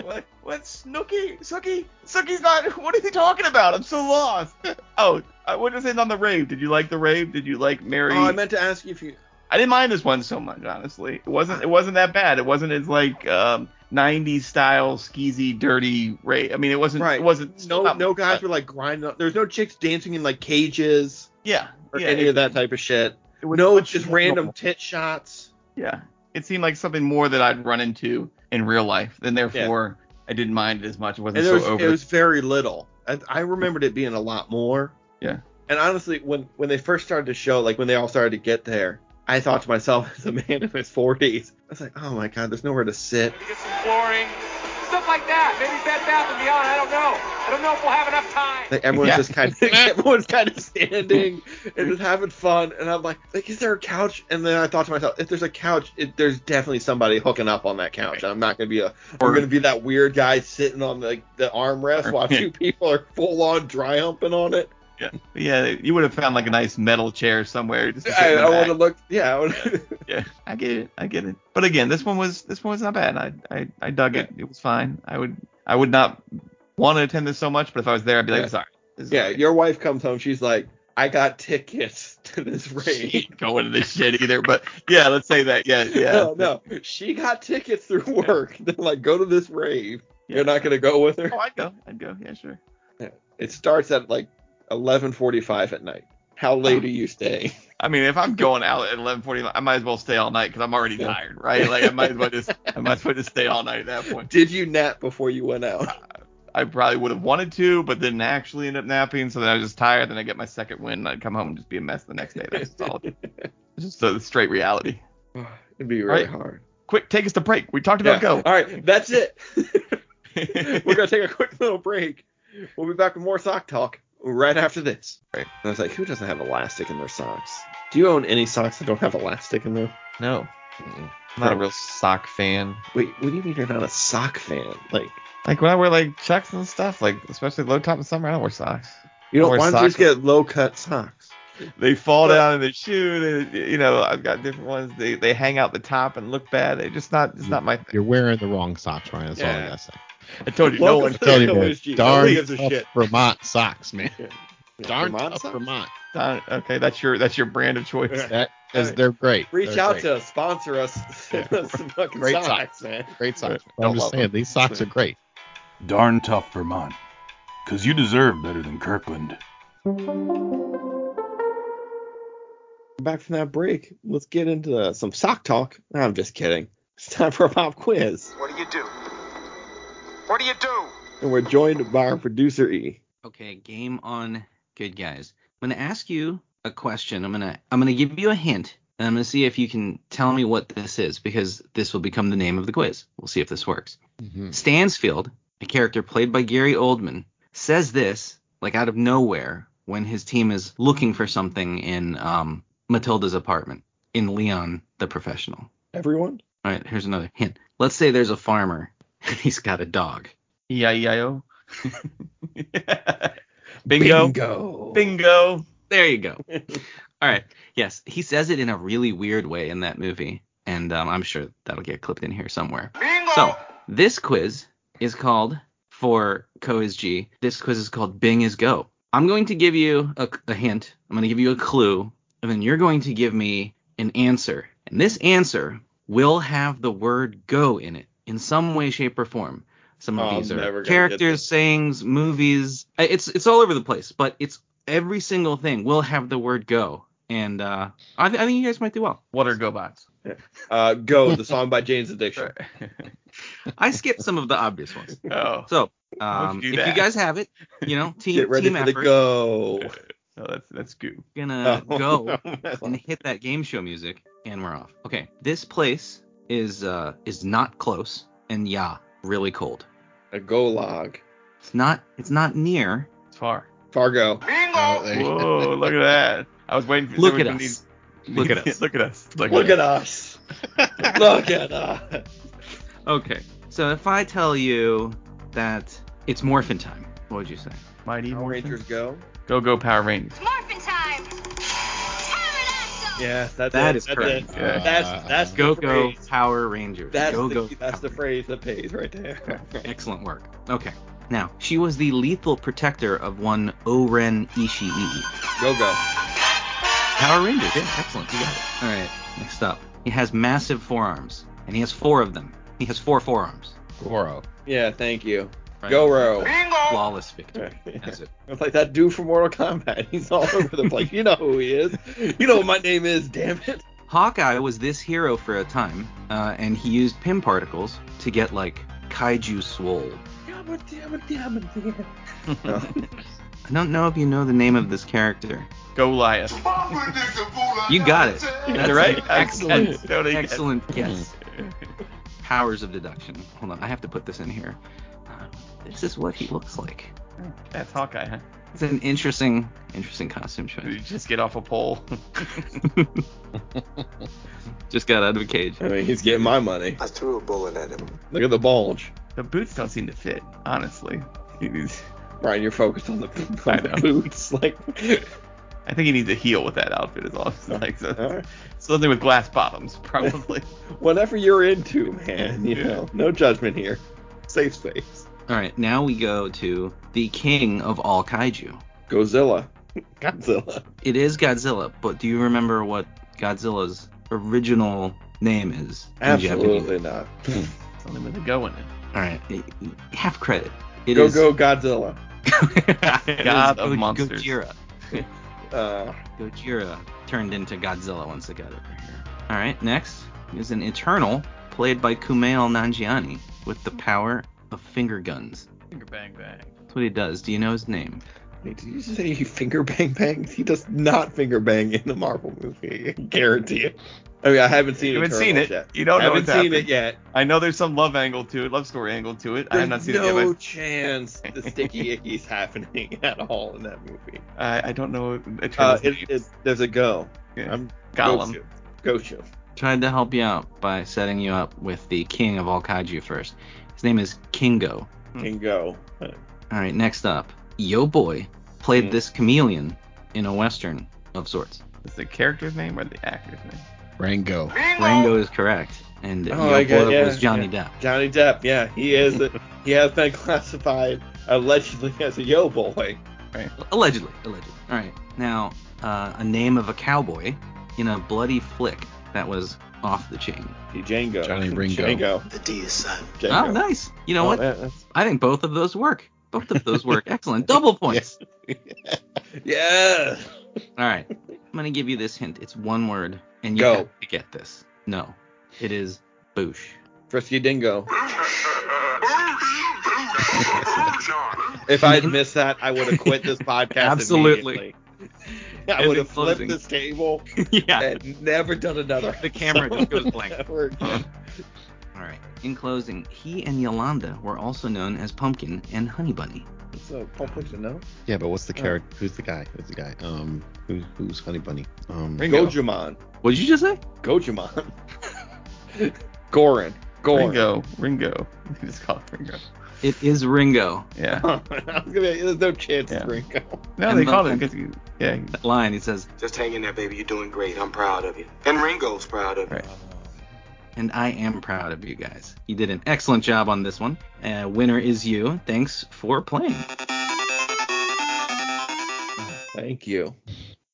B: what? What's Snooky? Snooky? Snooky's not. What is he talking about? I'm so lost. Oh, uh, what is it on the rave? Did you like the rave? Did you like Mary?
A: Oh, I meant to ask you if you.
B: I didn't mind this one so much, honestly. It wasn't it wasn't that bad. It wasn't as like um, 90s style skeezy dirty rape. I mean, it wasn't
A: Right.
B: it wasn't
A: No,
B: not-
A: no guys were like grinding up. There's no chicks dancing in like cages
B: Yeah.
A: or
B: yeah,
A: any
B: it-
A: of that type of shit.
B: it was
A: no,
B: much
A: just
B: more
A: random
B: normal.
A: tit shots.
B: Yeah. It seemed like something more that I'd run into in real life, and therefore I didn't mind it as much. It wasn't
A: And there was,
B: so over.
A: it was very little. I, I remembered it being a lot more.
B: Yeah.
A: And honestly, when when they first started to show, like when they all started to get there, I thought to myself, as a man in his 40s, I was like, oh my god, there's nowhere to sit.
F: Get some flooring, stuff like that. Maybe Bed Bath and Beyond. I don't know. I don't know if we'll have enough time.
A: Like everyone's
B: Yeah.
A: just kind of everyone's kind of standing and just having fun. And I'm like, like, is there a couch? And then I thought to myself, if there's a couch, it, there's definitely somebody hooking up on that couch. And I'm not gonna be a I'm
B: Or-
A: gonna be that weird guy sitting on like the armrest while
B: Yeah.
A: two people are full on dry humping on it.
B: yeah, you would have found like a nice metal chair somewhere. Just to sit
A: I,
B: in the
A: I
B: back.
A: want to look. Yeah, I wanna,
B: yeah, I get it. I get it. But again, this one was this one was not bad. I I, I dug it. It was fine. I would I would not want to attend this so much, but if I was there, I'd be like,
A: Yeah.
B: sorry. This is
A: yeah.
B: okay.
A: Your wife comes home. She's like, I got tickets to this
B: She
A: rave.
B: ain't going to this shit either. But yeah, let's say that. Yeah, yeah.
A: No, no, she got tickets through work. They're like, go to this rave.
B: Yeah.
A: You're not gonna go with her.
B: Oh, I'd go. I'd go. Yeah, sure.
A: It starts at like 11:45 at night. How late are you staying?
B: I mean, if I'm going out at 11:40, I might as well stay all night because I'm already
A: Yeah.
B: tired, right? Like I might as well just I might as well just stay all night at that point.
A: Did you nap before you went out?
B: I probably would have wanted to, but didn't actually end up napping. So then I was just tired. Then I get my second win, and I'd come home and just be a mess the next day. That's just all. It's just the straight reality.
A: It'd be really
B: Right.
A: hard.
B: Quick, take us to break. We talked about
A: Yeah.
B: go.
A: All right, that's it. We're gonna take a quick little break. We'll be back with more sock talk right after this.
B: Right.
A: And I was like, who doesn't have elastic in their socks? Do you own any socks that don't have elastic in them?
B: No, I'm not a real sock fan.
A: Wait, what do you mean you're not a sock fan? Like,
B: Like when I wear like chucks and stuff, like especially low top in summer, I don't wear socks.
A: you
B: Or
A: don't want to
B: socks.
A: just get low cut socks?
B: They fall down in the shoe. They, you know, I've got different ones. They they hang out the top and look bad. It's just not. It's not my. thing.
C: You're wearing the wrong socks, Ryan. That's all I
B: Yeah.
C: gotta say.
B: I told you, no
A: Welcome
B: one.
A: to
C: I'm telling you,
A: the
C: man,
A: OSG. Nobody
C: darn
A: gives a
C: tough
A: shit.
C: Vermont socks, man. Darn
A: Vermont
C: tough
A: socks?
C: Vermont.
B: Okay, that's your that's your brand of choice.
A: Yeah.
C: That
A: All
C: is,
A: right.
C: they're great.
A: Reach
C: They're
A: out
C: great.
A: to us, sponsor us, send us some fucking
C: Great
A: socks,
C: socks.
A: man.
C: great socks.
B: Don't
C: But I'm just
B: love
C: saying these socks are great.
H: Darn tough Vermont. 'Cause you deserve better than Kirkland.
A: Back from that break, let's get into some sock talk. No, I'm just kidding. It's time for a pop quiz,
I: What do you do? What do you do?
A: and we're joined by our producer E.
D: Okay, game on good guys. I'm gonna ask you a question. I'm gonna I'm gonna give you a hint, and I'm gonna see if you can tell me what this is, because this will become the name of the quiz. We'll see if this works.
C: Mm-hmm.
D: Stansfield, a character played by Gary Oldman, says this like out of nowhere when his team is looking for something in um, Matilda's apartment in Leon the Professional.
A: Everyone,
D: All right, here's another hint. Let's say there's a farmer and he's got a dog.
B: E E-I-E-I-O. Bingo.
A: bingo.
B: Bingo.
D: There you go. All right. Yes, he says it in a really weird way in that movie, and um, I'm sure that'll get clipped in here somewhere.
I: Bingo!
D: So this quiz is called for Co is G. This quiz is called Bing is Go. I'm going to give you a, a hint. I'm going to give you a clue, and then you're going to give me an answer. And this answer will have the word go in it in some way, shape, or form. Some of
A: Oh, I'm
D: these
A: never
D: are
A: gonna get
D: characters,
A: this.
D: sayings, movies. I- It's it's all over the place, but it's every single thing will have the word go. And uh, I, th- I think you guys might do well.
B: Water go bots.
A: Uh, go the song by Jane's Addiction.
D: I skipped some of the obvious ones.
B: oh.
D: So
B: Why'd
D: um,
B: you
D: if
B: do
D: you
B: that?
D: guys have it, you know, team
A: Get ready
D: team
A: for
D: effort.
A: the go.
B: No, that's that's good.
D: gonna
A: Oh,
D: go and
A: no.
D: hit that game show music, and we're off. Okay, this place is uh is not close, and yeah, really cold.
A: a go log.
D: It's not it's not near.
B: It's far.
A: Fargo.
D: uh,
C: Oh, there you-
B: Whoa, look at that. I was waiting for
D: Look at
B: there was
D: us. Look at us.
B: look at us.
A: Look at us. Look at us.
D: Okay, so if I tell you that it's morphin time, what would you say?
B: Mighty
A: Power Rangers
B: Rangers.
A: go.
B: Go go Power Rangers.
J: Morphin time! Pterodactyl!
A: Yeah, that's it,
D: That is
A: that's
D: correct.
A: it.
B: Yeah.
A: That's that's
C: Uh,
A: the
D: Go go
A: phrase.
D: Power Rangers.
A: That's
D: go
A: the
D: go.
A: that's the phrase that pays right there.
D: Excellent work. Okay. Now, she was the lethal protector of one Oren Ishii.
A: go go.
D: Power Rangers. Yeah, excellent. You got it. All right. Next up, he has massive forearms, and he has four of them. He has four forearms.
C: Goro.
A: Yeah, thank you.
D: Right.
A: Goro.
D: Flawless victory. That's it.
A: It's like that dude from Mortal Kombat. He's all over the place. You know who he is. You know what my name is, damn it.
D: Hawkeye was this hero for a time, uh, and he used Pym particles to get like kaiju swole.
A: Damn it, damn it, damn it, damn it.
D: I don't know if you know the name of this character.
B: Goliath.
D: You got it.
B: You're
D: That's
B: right.
D: an
B: I- I
D: Excellent.
B: totally get it.
D: excellent guess. Powers of deduction. Hold on, I have to put this in here. Uh, This is what he looks like.
B: That's Hawkeye, huh?
D: It's an interesting, interesting costume
B: Did
D: choice.
B: he just get off a pole?
D: Just got out of a cage.
A: I mean, he's getting my money.
E: I threw a bullet at him.
A: Look at the bulge.
B: the boots don't seem to fit, honestly.
A: Brian, you're focused on the,
B: I
A: on
B: know.
A: the boots. Like,
B: I think he needs a heel with that outfit is all. It's Like so,
A: Alright.
B: something with glass bottoms, probably.
A: whatever you're into, man. You know, no judgment here. Safe space.
D: All right, now we go to the king of all kaiju.
A: Godzilla. Godzilla.
D: It is Godzilla, but do you remember what Godzilla's original name is? in
A: Absolutely not.
B: something with a go in it.
D: Japanese? All right, y- y- half credit. It
A: go
D: is
A: go Godzilla.
D: it
B: God
D: is
B: of
D: Go-
B: monsters.
D: Gojira.
A: Uh,
D: Gojira turned into Godzilla once it got over here. All right, next is an Eternal played by Kumail Nanjiani with the power of finger guns.
B: Finger bang bang.
D: That's what he does. Do you know his name?
A: wait, did you say he finger bang bangs? He does not finger bang in the Marvel movie. I guarantee it. I mean, I haven't seen
B: You haven't
A: Eternals
B: seen it.
A: Yet.
B: You don't know
A: haven't
B: what's
A: seen
B: happening.
A: it yet.
B: I know there's some love angle to it, love story angle to it. I have not
A: There's
B: seen
A: no
B: it yet,
A: chance the sticky icky's happening at all in that movie.
B: but I, I don't know. Eternals
A: Uh, it,
B: name.
A: it, there's a go.
B: Yeah.
A: I'm
B: Gollum.
A: Go to.
D: Tried to help you out by setting you up with the king of all kaiju first. His name is Kingo.
A: Can go.
D: All right, next up, Yo Boy played
A: Hmm.
D: this chameleon in a western of sorts.
B: Is the character's name or the actor's name?
C: Rango.
D: Rango is correct, and
A: Oh,
D: Yo
A: I get-
D: Boy
A: yeah,
D: was Johnny Depp.
A: Johnny Depp. Yeah, he is. A, he has been classified allegedly as a yo boy.
D: Allegedly, allegedly. All right, now uh, a name of a cowboy in a bloody flick that was off the chain.
A: He Django.
C: Johnny Ringo.
A: Django.
E: The D is silent.
A: Django.
D: Oh, nice. You know
A: Oh,
D: what?
A: that- that's-
D: I think both of those work. Both of those work. Excellent. Double points.
A: yeah.
D: All right. I'm going to give you this hint. It's one word, and you
A: Go.
D: have to get this. No, it is boosh.
A: Frisky Dingo. If I had missed that, I would have quit this podcast.
D: Mm-hmm. Absolutely.
A: immediately. I
D: As
A: would
D: in
A: have flipped
D: closing.
A: this table
D: yeah.
A: and never done another.
D: The camera just goes
A: episode
D: blank.
A: ever again.
D: All right. In closing, he and Yolanda were also known as Pumpkin and Honey Bunny.
A: So, Pulp Fiction, no?
C: Yeah, but what's the
A: Oh.
C: character? Who's the guy? Who's the guy? Um, who, who's Honey Bunny? Um,
B: Ringo.
A: Gojamon.
D: What did you just say?
A: Gojamon. Gorin. Gorin.
B: Ringo. Ringo. You just call it Ringo.
D: It is Ringo.
B: Yeah.
A: I was gonna be like, There's no chance it's
B: Yeah.
A: Ringo.
B: No,
D: And
B: they called it
D: Monkey.
B: because you. Yeah.
D: That line, it says,
K: Just hang in there, baby. You're doing great. I'm proud of you. And Ringo's proud of you.
B: Right.
D: and I am proud of you guys. You did an excellent job on this one. Uh, winner is you. Thanks for playing.
A: Thank you.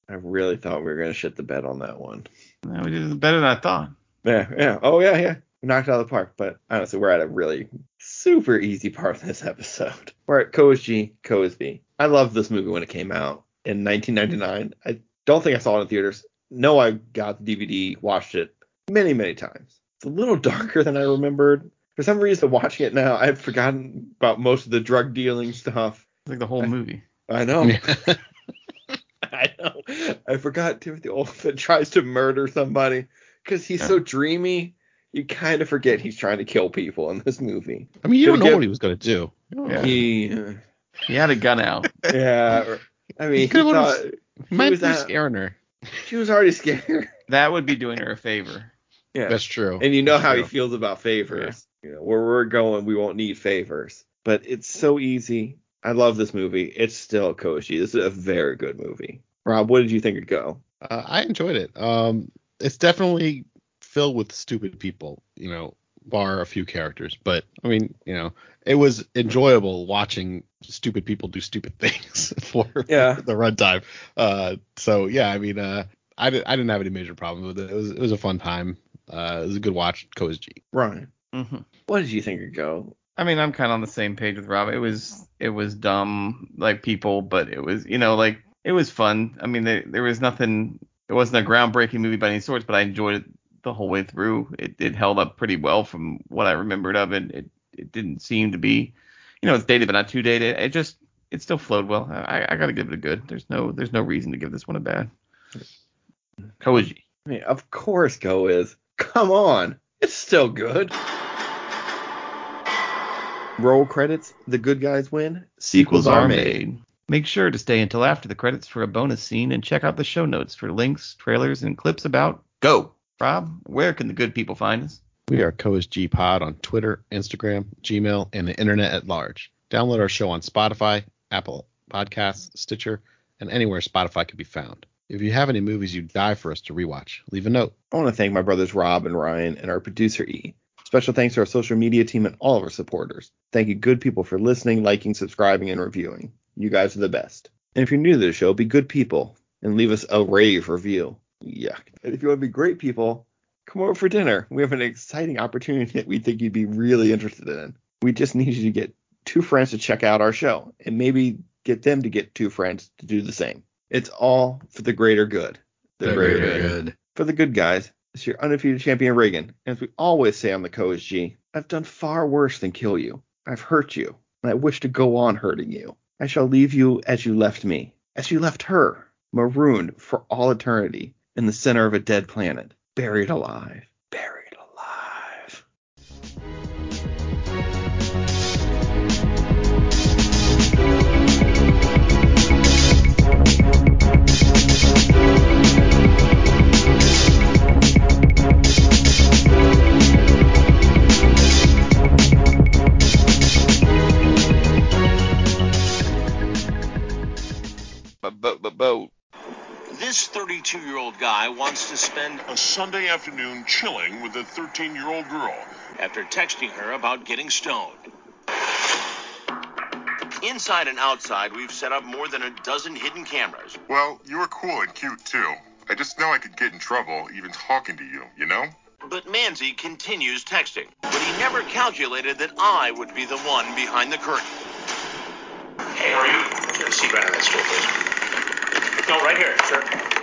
A: I really thought we were gonna shit the bed on that one.
B: No, we did better than I thought.
A: Yeah, yeah. Oh yeah, yeah. We knocked it out of the park, but honestly, we're at a really super easy part of this episode. We're at Koji Cosby. I loved this movie when it came out in 1999. I don't think I saw it in theaters. No, I got the DVD, watched it many, many times. It's a little darker than I remembered. For some reason, watching it now, I've forgotten about most of the drug dealing stuff.
B: It's like the whole movie.
A: I know. I know. I forgot Timothy Olyphant tries to murder somebody because he's so dreamy. You kind of forget he's trying to kill people in this movie.
C: I mean, you
A: Gonna
C: don't know
A: give-
C: what he was gonna do. You don't know.
B: Yeah.
A: He,
B: He had a gun out.
A: yeah. or- I mean,
C: He
A: he
C: could've would've-
A: thought
C: He might
A: was
C: be
A: at-
C: scaring her.
A: she was already scared.
B: That would be doing her a favor.
A: Yeah.
C: That's true.
A: and you know
C: That's
A: how he
C: true.
A: feels about favors. You know where we're going, we won't need favors. But it's so easy. I love this movie. It's still Koji. This is a very good movie. Rob, what did you think of Go?
C: Uh, I enjoyed it. Um, it's definitely filled with stupid people, you know, bar a few characters. But I mean, you know, it was enjoyable watching stupid people do stupid things for
A: Yeah.
C: the runtime. Uh, so yeah, I mean, uh, I, did, I didn't have any major problems with it. It was it was a fun time. Uh, it was a good watch. Koji.
A: Right. Mm-hmm. What did you think of Go?
B: I mean, I'm kind of on the same page with Rob. It was it was dumb, like people, but it was you know like it was fun. I mean, they, there was nothing. It wasn't a groundbreaking movie by any sorts, but I enjoyed it the whole way through. It it held up pretty well from what I remembered of it. It it didn't seem to be, you know, it's dated but not too dated. It just it still flowed well. I, I gotta give it a good. There's no there's no reason to give this one a bad. Koji.
A: I mean, of course Go is. Come on. It's still good. Roll credits, the good guys win.
B: Sequels, Sequels are made. made. Make sure to stay until after the credits for a bonus scene and check out the show notes for links, trailers, and clips about Go. Rob, where can the good people find us?
C: We are Co's G Pod on Twitter, Instagram, Gmail, and the internet at large. Download our show on Spotify, Apple Podcasts, Stitcher, and anywhere Spotify can be found. If you have any movies you'd die for us to rewatch, leave a note.
A: I want to thank my brothers Rob and Ryan and our producer E. Special thanks to our social media team and all of our supporters. Thank you, good people, for listening, liking, subscribing, and reviewing. You guys are the best. And if you're new to the show, be good people and leave us a rave review. Yuck. And if you want to be great people, come over for dinner. We have an exciting opportunity that we think you'd be really interested in. We just need you to get two friends to check out our show and maybe get them to get two friends to do the same. It's all for the greater good.
C: The, the greater, greater good. good.
A: For the good guys, it's your undefeated champion Reagan. And as we always say on the Co G, I've done far worse than kill you. I've hurt you, and I wish to go on hurting you. I shall leave you as you left me, as you left her, marooned for all eternity in the center of a dead planet, buried alive. Buried alive.
B: But, but, but,
L: this 32 year old guy wants to spend
M: a Sunday afternoon chilling with a 13 year old girl
L: after texting her about getting stoned. Inside and outside, we've set up more than a dozen hidden cameras.
M: Well, you're cool and cute too. I just know I could get in trouble even talking to you, you know?
L: But Manzi continues texting, but he never calculated that I would be the one behind the curtain.
N: Hey, are you? Let's see right on that staircase. No, right here, sir.